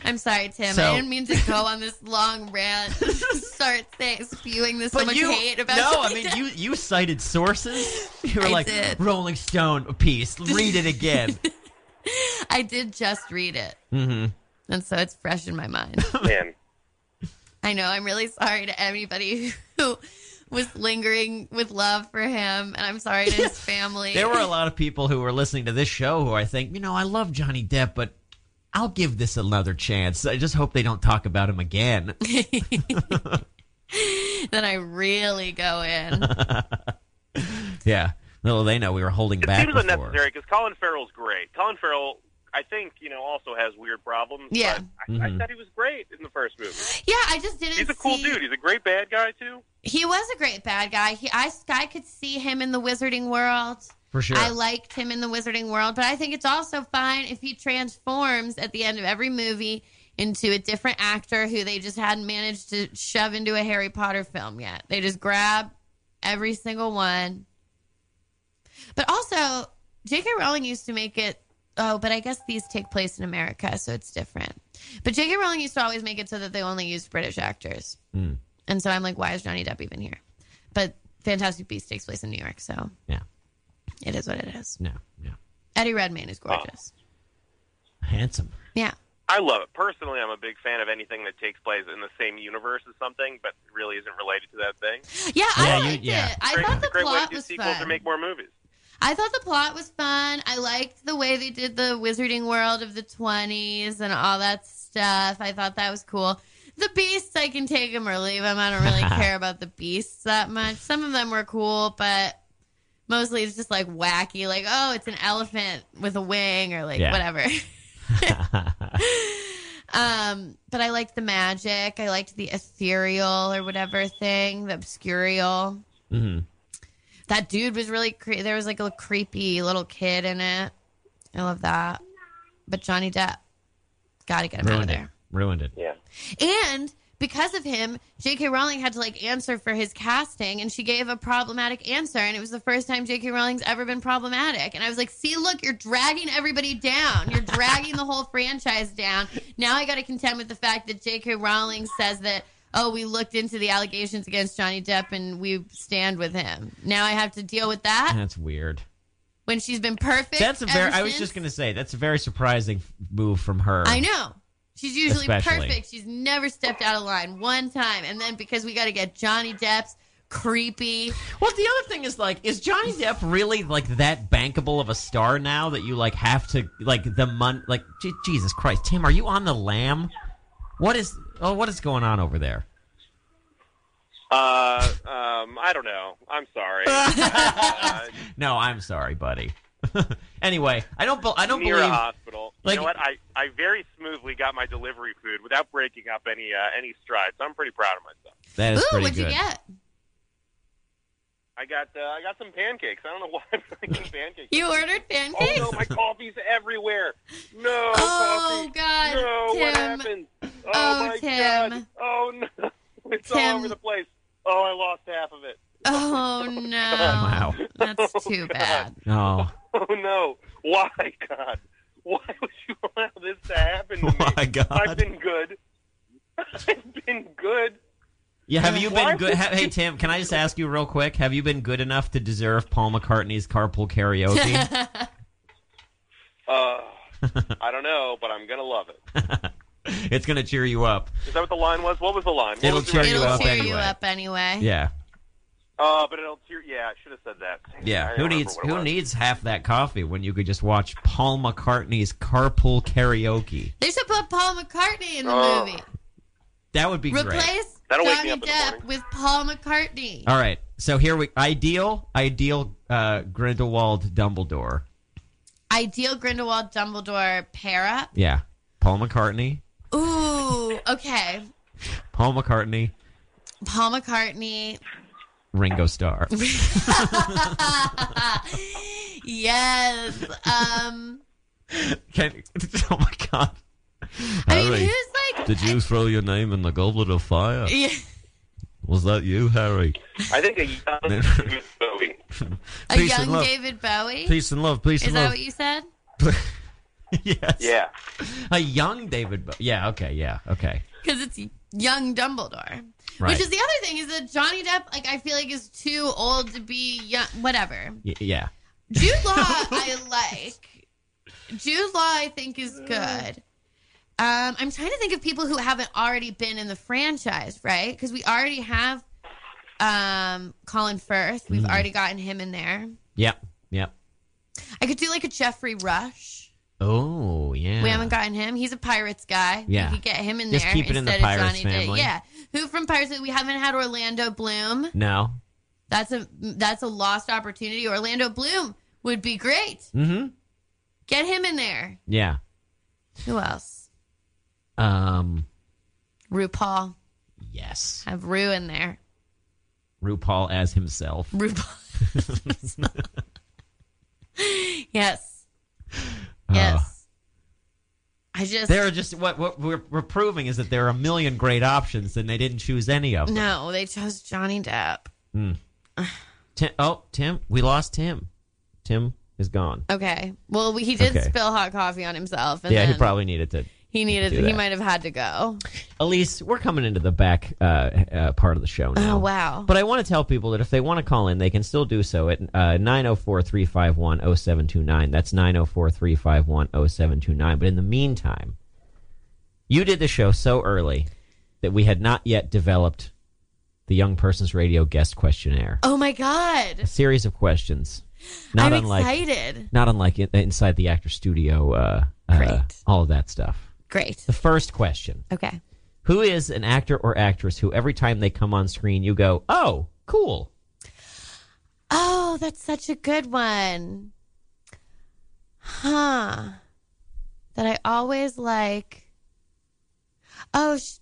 I'm sorry, Tim.
So-
I didn't mean to go on this long rant. Start saying, spewing this so much hate about.
no, I
Johnny
mean
Depp.
you you cited sources. You were
I
like
did.
Rolling Stone piece. Read it again.
I did just read it,
hmm
and so it's fresh in my mind.
Man,
I know. I'm really sorry to anybody who was lingering with love for him, and I'm sorry to his family.
There were a lot of people who were listening to this show who I think, you know, I love Johnny Depp, but I'll give this another chance. I just hope they don't talk about him again.
then I really go in.
yeah. Little they know we were holding
it
back
seems
before.
unnecessary because Colin Farrell's great. Colin Farrell, I think, you know, also has weird problems.
Yeah.
But I, I thought he was great in the first movie.
Yeah, I just didn't.
He's a cool
see-
dude. He's a great bad guy too.
He was a great bad guy. He, I, I could see him in the Wizarding World.
For sure.
I liked him in the Wizarding World, but I think it's also fine if he transforms at the end of every movie into a different actor who they just hadn't managed to shove into a Harry Potter film yet. They just grab every single one. But also, J.K. Rowling used to make it. Oh, but I guess these take place in America, so it's different. But J.K. Rowling used to always make it so that they only used British actors. And so I'm like, why is Johnny Depp even here? But Fantastic Beasts takes place in New York, so
yeah.
it is what it is.
No. Yeah.
Oh.
Eddie Redmayne is gorgeous.
Handsome.
Yeah.
I love it. Personally, I'm a big fan of anything that takes place in the same universe as something, but really isn't related to that thing.
Yeah,
Yeah,
I
you-
liked
yeah.
it. I
Great,
thought the
great way
plot
to do
was
sequels or
fun.
make more movies.
I thought the plot was fun. I liked the way they did the Wizarding World of the 20s and all that stuff. I thought that was cool. The beasts, I can take them or leave them. I don't really care about the beasts that much. Some of them were cool, but mostly it's just like wacky, like, oh, it's an elephant with a wing or like
Yeah.
whatever. um, but I liked the magic. I liked the ethereal or whatever thing, the obscurial.
Mhm.
That dude was really cre- there was like a little creepy little kid in it. I love that. But Johnny Depp, gotta get him out of
Ruined it.
there.
Ruined it.
Yeah.
And because of him, J.K. Rowling had to like answer for his casting, and she gave a problematic answer, and it was the first time J.K. Rowling's ever been problematic. And I was like, "See, look, you're dragging everybody down. You're dragging the whole franchise down. Now I got to contend with the fact that J.K. Rowling says that." Oh, we looked into the allegations against Johnny Depp and we stand with him. Now I have to deal with that
That's weird.
when she's been perfect.
That's a very.
ever
I was
since.
just gonna say that's a very surprising f- move from her.
I know. She's usually
Especially.
perfect. She's never stepped out of line one time. And then because we got to get Johnny Depp's creepy.
Well, the other thing is like, is Johnny Depp really like that bankable of a star now that you like have to like the mon like Je- Jesus Christ, Tim, are you on the lam? What is oh what is going on over there?
Uh, um, I don't know. I'm sorry. uh,
No, I'm sorry, buddy. anyway, I don't bel I don't
near a
believe
hospital.
Like-
you know what? I, I very smoothly got my delivery food without breaking up any uh, any strides. I'm pretty proud of myself.
that is
Ooh,
pretty
what'd
good.
you get?
I got uh, I got some pancakes. I don't know why I'm making pancakes.
You ordered
Oh
pancakes?
no, my coffee's everywhere. No
Oh,
coffee.
God,
no, what
Tim.
happened? Oh,
Oh,
my
Tim.
god. Oh no. It's
Tim.
all over the place. Oh, I lost half of it.
Oh, no.
Wow.
That's too bad.
Oh
Oh no. Why, God? Why would you allow this to happen to me?
Oh my
I've
God!
been good. I've been good.
Yeah, have you
Why
been good? Ha- hey Tim, can I just ask you real quick? Have you been good enough to deserve Paul McCartney's carpool karaoke?
Uh, I don't know, but I'm gonna love it.
it's gonna cheer you up.
Is that what the line was? What was the line? What
It'll
was the
cheer
original
you
It'll
up
line?
cheer you
anyway.
up anyway.
Yeah.
Uh, but it'll cheer. Yeah, I should have said that. I
Yeah,
don't
who
remember
needs
what it
who
was.
needs half that coffee when you could just watch Paul McCartney's Carpool Karaoke?
They should put Paul McCartney in the
Oh,
movie.
That would be great.
Replace
That'll wake
Johnny
me up in the
Depp
morning.
with Paul McCartney.
All right, so here we ideal ideal uh, Grindelwald Dumbledore.
Ideal Grindelwald Dumbledore pair up.
Yeah, Paul McCartney,
Ooh, okay.
Paul McCartney,
Paul McCartney,
Ringo Starr.
Uh, yes. Um,
Can, oh my god!
I mean, who's like?
you throw your name in the goblet of fire?
Yeah,
Was that you, Harry?
I think a young Bowie.
a
Peace and
young
love.
David Bowie.
Peace and love. Peace
Is
and
that
love.
what you said?
yes.
Yeah.
A young David. Bo- yeah. Okay. Yeah. Okay.
Because it's young Dumbledore.
Right.
Which is the other thing is that Johnny Depp, like, I feel like is too old to be young. Whatever.
Y- yeah.
Jude Law, I like. Jude Law, I think, is good. Um, I'm trying to think of people who haven't already been in the franchise, right? Because we already have um, Colin Firth.
Hmm.
We've already gotten him in there.
Yep. Yep.
I could do like a Jeffrey Rush.
Oh yeah.
We haven't gotten him. He's a Pirates guy.
Yeah.
We could get him in
Just
there
keep it in the
instead of
Pirates
Johnny Depp.
family.
Yeah. Who from Pirates? We haven't had Orlando Bloom.
No.
That's a that's a lost opportunity. Orlando Bloom would be great.
Mm-hmm.
Get him in there.
Yeah.
Who else?
Um.
RuPaul.
Yes.
Have Ru in there.
RuPaul as himself.
RuPaul. yes. Yes. I
Uh,
just
there are just what what we're, we're proving is that there are a million great options, and they didn't choose any of them.
no. They chose Johnny Depp.
Tim, oh, Tim, we lost Tim. Tim is gone.
Okay. Well, we, he did
Okay.
spill hot coffee on himself, and
yeah,
then
he probably needed to.
he needed.
do
He
that.
might have had to go.
Elise, we're coming into the back uh, uh, part of the show now.
Oh wow.
But I want to tell people that if they want to call in, they can still do so at uh, 904 351 0729. That's 904 351 0729. But in the meantime, You did the show so early that we had not yet developed the Young Persons Radio guest questionnaire.
Oh my god!
A series of questions, not
I'm
unlike
excited.
not unlike in, inside the actor studio, uh, uh,
Great.
all of that stuff.
Great.
The first question:
Okay.
Who is an actor or actress who every time they come on screen you go, "Oh, cool."
Oh, that's such a good one. Huh. That I always like. Oh, sh-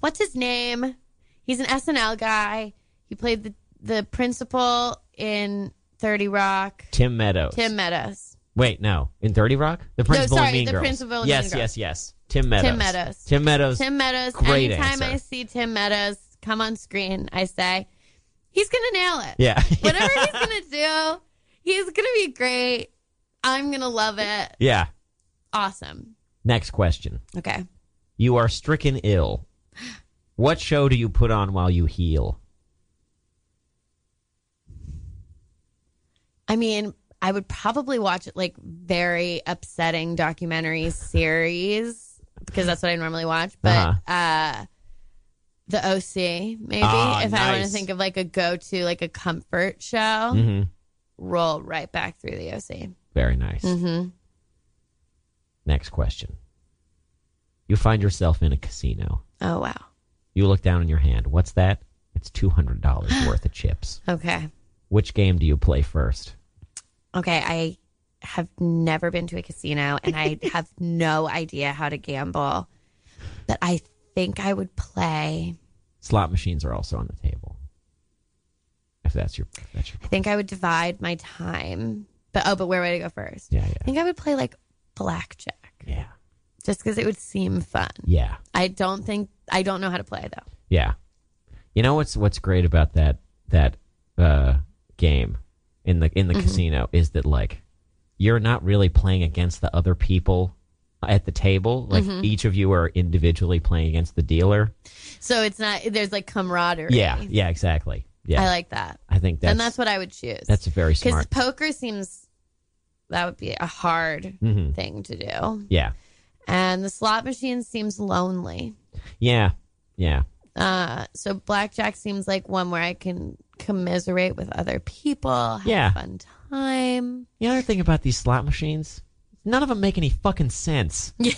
what's his name? He's an SNL guy. He played the, the principal in 30 Rock.
Tim Meadows.
Tim Meadows.
Wait, no, in Thirty Rock, the principal in
sorry,
Mean
the
Girls.
principal in
yes,
Mean Girls.
yes, yes. Tim Meadows.
Meadows.
Tim Meadows.
Tim Meadows.
Great
Anytime
answer.
I see Tim Meadows come on screen, I say, he's going to nail it.
yeah.
Whatever he's going to do, he's going to be great. I'm going to love it.
yeah.
Awesome.
Next question.
Okay.
You are stricken ill. What show do you put on while you heal?
I mean, I would probably watch like very upsetting documentary series because that's what I normally watch. But
Uh-huh.
uh the OC, maybe
Ah,
if I want
nice.
to think of like a go-to, like a comfort show,
Mm-hmm.
roll right back through the OC.
Very nice.
hmm
Next question. You find yourself in a casino.
Oh wow.
You look down in your hand. What's that? It's two hundred dollars worth of chips.
Okay.
Which game do you play first?
Okay. I have never been to a casino and I have no idea how to gamble, but I think I would play.
Slot machines are also on the table. If that's your, if that's your.
I think I would divide my time. But oh, but where would I go first?
Yeah,
I
yeah,
think I would play like blackjack
yeah,
just because it would seem fun.
yeah.
I don't think I don't know how to play though.
Yeah. You know what's what's great about that that uh, game in the in the
Mm-hmm.
casino is that like you're not really playing against the other people at the table. Like
Mm-hmm.
each of you are individually playing against the dealer.
So it's not there's like camaraderie.
Yeah. Yeah. Exactly. Yeah.
I
I,
like that.
think that's
and that's what I would choose.
that's very
because
smart.
poker seems that would be a hard
Mhm.
thing to do,
Yeah.
and the slot machine seems lonely.
Yeah. Yeah.
Uh, so blackjack seems like one where I can commiserate with other people, have
Yeah.
a fun time.
The other thing about these slot machines, none of them make any fucking sense.
yeah,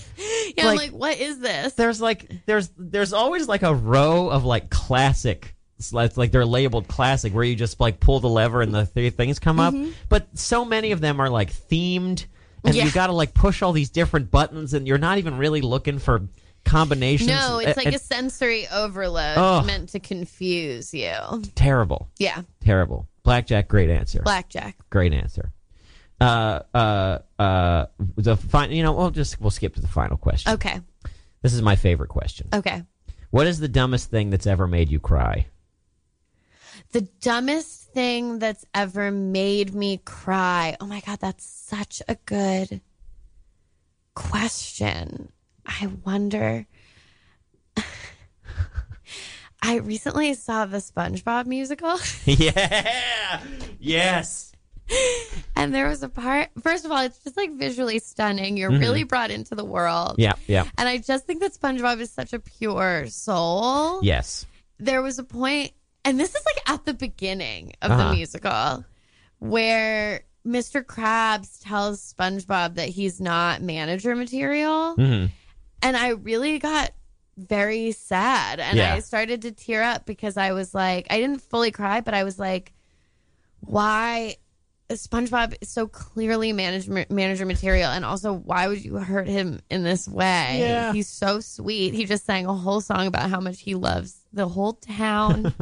I'm
Like-
like, what is this?
there's like there's there's always like a row of like classic it's like like they're labeled classic where you just like pull the lever and the three things come up but so many of them are like themed and
Mm-hmm. Yeah.
you got to like push all these different buttons and you're not even really looking for combinations
No, it's like
It-
a sensory overload
Ugh.
meant to confuse you.
terrible
Yeah,
terrible blackjack great answer
blackjack.
great answer uh uh uh the fine you know we'll just we'll skip to the final question
Okay,
this is my favorite question
okay.
what is the dumbest thing that's ever made you cry
The dumbest thing that's ever made me cry. Oh my God, that's such a good question. I wonder. I recently saw the SpongeBob musical.
yeah. Yes.
And there was a part, first of all, it's just like visually stunning. You're really brought into the world.
Mm-hmm. Yeah. Yeah.
And I just think that SpongeBob is such a pure soul.
Yes.
There was a point, and this is like at the beginning of
Uh-huh.
the musical, where Mr. Krabs tells SpongeBob that he's not manager material.
hmm
And I really got very sad and
Yeah.
I started to tear up because I was like, I didn't fully cry, but I was like, why SpongeBob is so clearly management manager material and also why would you hurt him in this way?
Yeah.
He's so sweet. He just sang a whole song about how much he loves the whole town.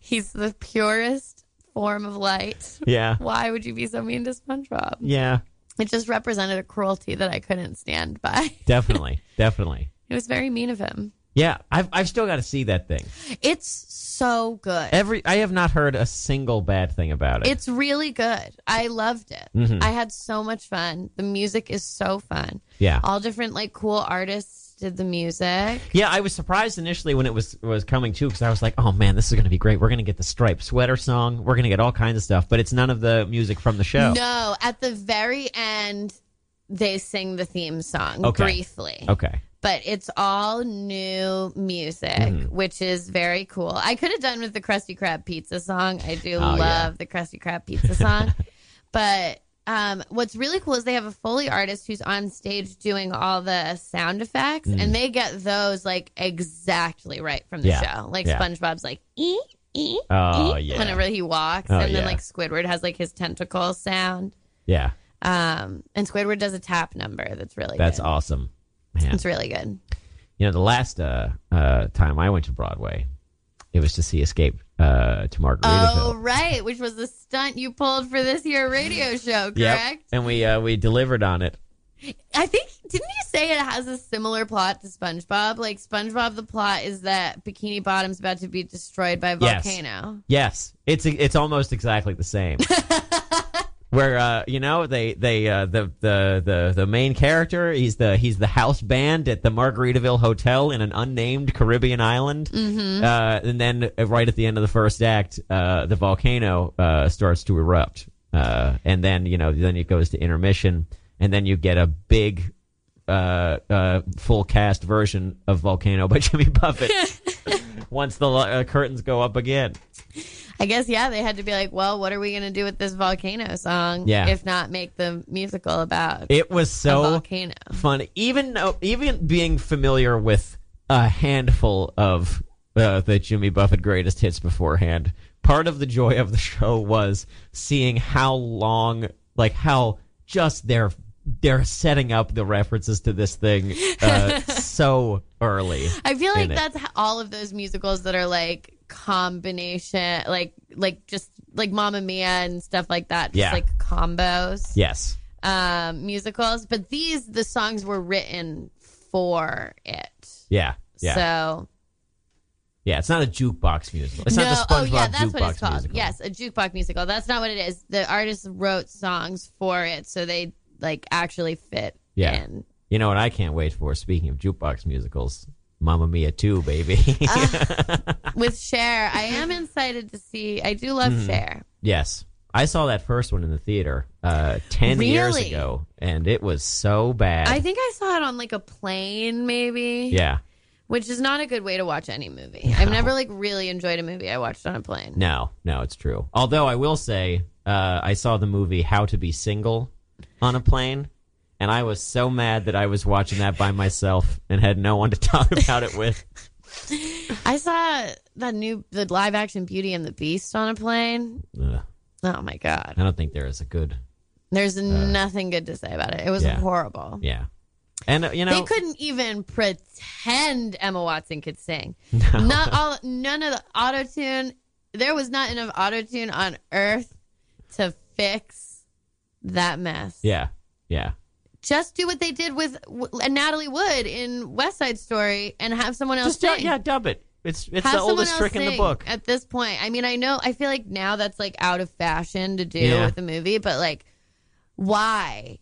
He's the purest form of light.
Yeah.
Why would you be so mean to SpongeBob?
Yeah.
It just represented a cruelty that I couldn't stand by.
Definitely. definitely.
It was very mean of him.
Yeah. I've I've still got to see that thing.
It's so good.
Every I have not heard a single bad thing about it.
It's really good. I loved it.
Mhm.
I had so much fun. The music is so fun.
yeah.
All different like cool artists did the music.
Yeah, I was surprised initially when it was was coming too because I was like, "Oh man, this is going to be great. We're going to get the striped sweater song. We're going to get all kinds of stuff." But it's none of the music from the show.
No, at the very end they sing the theme song
Okay.
briefly.
Okay.
but it's all new music,
Mm-hmm.
which is very cool. I could have done with the Krusty Krab pizza song. I do
Oh,
love
yeah.
the Krusty Krab pizza song. but um, what's really cool is they have a Foley artist who's on stage doing all the sound effects,
Mm.
and they get those like exactly right from the
Yeah.
show. Like
Yeah.
SpongeBob's like, ee, ee,
Oh,
ee,
yeah.
whenever he walks,
Oh,
and then
yeah.
like Squidward has like his tentacle sound.
Yeah,
Um, and Squidward does a tap number that's really
that's
good.
awesome. Man,
It's really good.
you know, the last uh, uh, time I went to Broadway, it was to see Escape uh, to Margaritaville.
Oh, right, which was the stunt you pulled for this year radio show, correct?
Yep. And we uh, we delivered on it.
I think didn't you say it has a similar plot to SpongeBob? Like SpongeBob, the plot is that Bikini Bottom's about to be destroyed by a
Yes.
volcano.
Yes, it's it's almost exactly the same. Where uh, you know they they uh, the, the the the main character he's the he's the house band at the Margaritaville Hotel in an unnamed Caribbean island, mm-hmm. uh, and then uh, right at the end of the first act, uh, the volcano uh, starts to erupt, uh, and then you know then it goes to intermission, and then you get a big uh, uh, full cast version of Volcano by Jimmy Buffett once the uh, curtains go up again.
I guess yeah, they had to be like, well, what are we gonna do with this volcano song?
Yeah.
if not make the musical about
It was
a
so
volcano.
fun. Even though- even being familiar with a handful of uh, the Jimmy Buffett greatest hits beforehand, part of the joy of the show was seeing how long, like how just they're they're setting up the references to this thing uh, so early.
I feel like
in it.
that's ho- all of those musicals that are like combination, like like just like Mamma Mia and stuff like that, just
Yeah.
like combos.
Yes.
um, musicals, but these the songs were written for it.
Yeah. Yeah.
So
yeah. It's not a jukebox musical. It's not the SpongeBob
oh yeah, that's
jukebox
what it's called.
musical.
Yes, a jukebox musical. That's not what it is. The artist wrote songs for it, so they like actually fit
Yeah.
in.
You know what I can't wait for? Speaking of jukebox musicals, Mamma Mia 2, baby.
Uh, With Cher, I am excited to see. I do love
Mm-hmm.
Cher.
yes. I saw that first one in the theater uh, 10 years
Really?
ago, and it was so bad.
I think I saw it on like a plane, maybe.
yeah.
Which is not a good way to watch any movie. I've never like really enjoyed a movie I watched on a plane.
No, no, it's true. Although I will say, uh, I saw the movie How to Be Single on a plane, and I was so mad that I was watching that by myself and had no one to talk about it with.
I saw that new the live action Beauty and the Beast on a plane.
Ugh,
Oh my god.
I don't think there is a good.
There's nothing good to say about it. It was
Uh, yeah.
horrible.
Yeah. And, uh, you know.
They couldn't even pretend Emma Watson could sing. Not all none of the auto tune. There was not enough auto tune on earth to fix that mess.
Yeah. Yeah.
Just do what they did with w- Natalie Wood in West Side Story and have someone else
Just dub,
sing.
yeah, dub it. It's it's
Have
the
someone
oldest
else
trick in the
sing
book.
At this point, I mean, I know, I feel like now that's like out of fashion to do
Yeah.
with a movie, but like, why?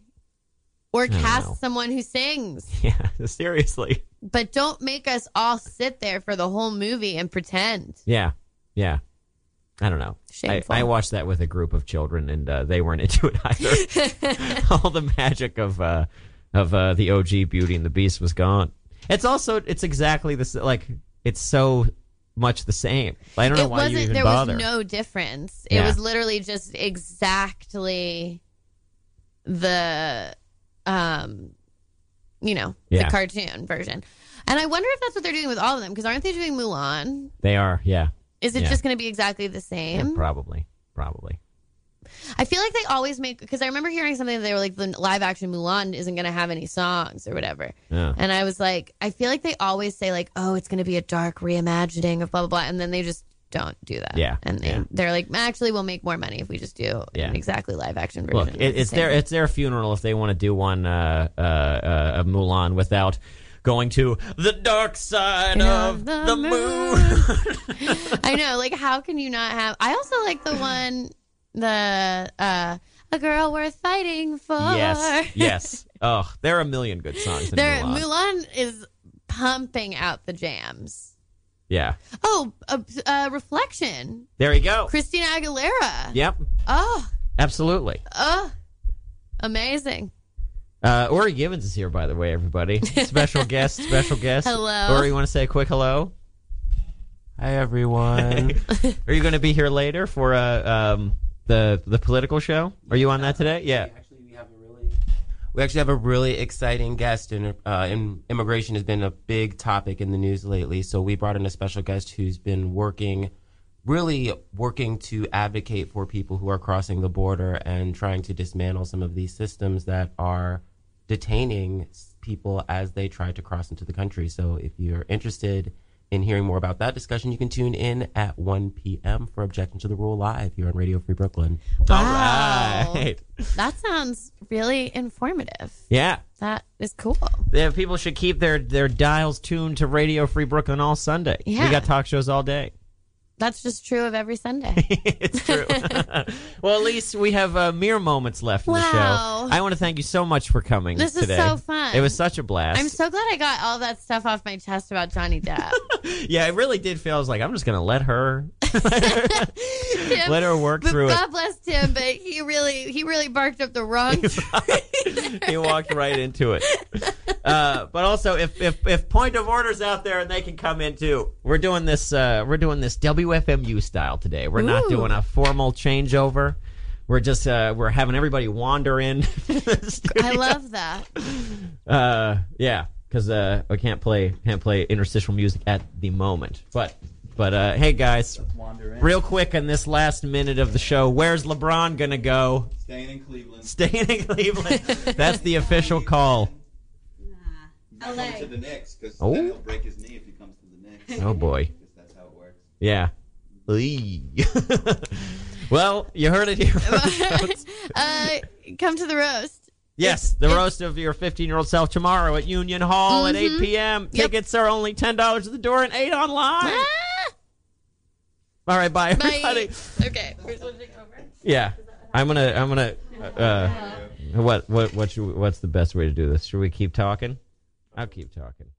Or
don't
cast
know.
someone who sings,
Yeah, seriously.
but don't make us all sit there for the whole movie and pretend.
Yeah, yeah. I don't know. I,
Shameful.
I watched that with a group of children, and uh, they weren't into it either. All the magic of uh, of uh, the OG Beauty and the Beast was gone. It's also it's exactly this like it's so much the same. I don't know
It
why you
wasn't,
even
there
bother.
was no difference. It
Yeah.
was literally just exactly the, um, you know,
Yeah.
the cartoon version. And I wonder if that's what they're doing with all of them because aren't they doing Mulan?
they are, yeah,
Is it
Yeah.
just going to be exactly the same?
probably, probably.
I feel like they always make because I remember hearing something that they were like the live action Mulan isn't going to have any songs or whatever,
Yeah.
and I was like, I feel like they always say like, oh, it's going to be a dark reimagining of blah blah blah, and then they just don't do that.
Yeah,
and they,
yeah.
they're like, actually, we'll make more money if we just do
Yeah.
an exactly live action version.
Look,
of
it,
the
it's
same."
their it's their funeral if they want to do one uh, uh, uh, of Mulan without going to the dark side of the, moon.
I know, like, how can you not have? I also like the one the uh a girl worth fighting for.
yes, yes. Oh, there are a million good songs in
There,
Mulan.
Mulan is pumping out the jams.
yeah,
Oh, uh, uh, reflection.
there you go.
Christina Aguilera.
Yep,
Oh,
absolutely.
oh, amazing.
Uh, Ori Givens is here, by the way, everybody. Special guest, special guest.
Hello.
Ori, you want to say a quick hello?
Hi everyone.
Are you going to be here later for uh, um, the the political show? Are you on that today? Yeah.
actually, we have a really we actually have a really exciting guest, and uh, in, immigration has been a big topic in the news lately. So we brought in a special guest who's been working, really working to advocate for people who are crossing the border and trying to dismantle some of these systems that are detaining s- people as they try to cross into the country. So if you're interested in hearing more about that discussion, you can tune in at 1 p.m. for Objection to the Rule live here on Radio Free Brooklyn.
Wow.
All right.
That sounds really informative.
Yeah.
That is cool.
Yeah, people should keep their, their dials tuned to Radio Free Brooklyn all Sunday.
Yeah.
We got talk shows all day.
That's just true of every Sunday.
it's true. well, at least we have uh, mere moments left in the show.
Wow.
I want to thank you so much for coming
This is
today.
so fun.
It was such a blast.
I'm so glad I got all that stuff off my chest about Johnny Depp.
yeah, it really did feel. I was like, I'm just going to let her
Tim,
let her work
but
through
God bless Tim, but he really he really barked up the wrong
it. he walked right into it. Uh, but also, if, if if point of orders out there and they can come in too, we're doing this. Uh, we're doing this WFMU style today. We're not
Ooh.
doing a formal changeover. We're just uh, we're having everybody wander in.
I love that.
Uh, yeah, because uh, I can't play can't play interstitial music at the moment. But but uh, hey guys,
Wander in.
real quick in this last minute of the show, where's LeBron gonna go?
Staying in Cleveland.
Staying in Cleveland. That's the official call.
Not coming to the Knicks because
Oh.
then he'll break his knee if he comes to the Knicks.
Oh boy,
'Cause that's how it works.
yeah. Eee. well, you heard it here. first, folks.
Uh, come to the roast.
yes, the roast of your 15 year old self tomorrow at Union Hall at 8 p.m.
Mm-hmm. Yep.
Tickets are only $10 at the door and 8 online.
Ah,
All right, bye,
bye.
everybody.
Okay, we're switching over.
Yeah, I'm gonna. I'm gonna. Uh, what? What? What? Should, we- what's the best way to do this? Should we keep talking? I'll keep talking.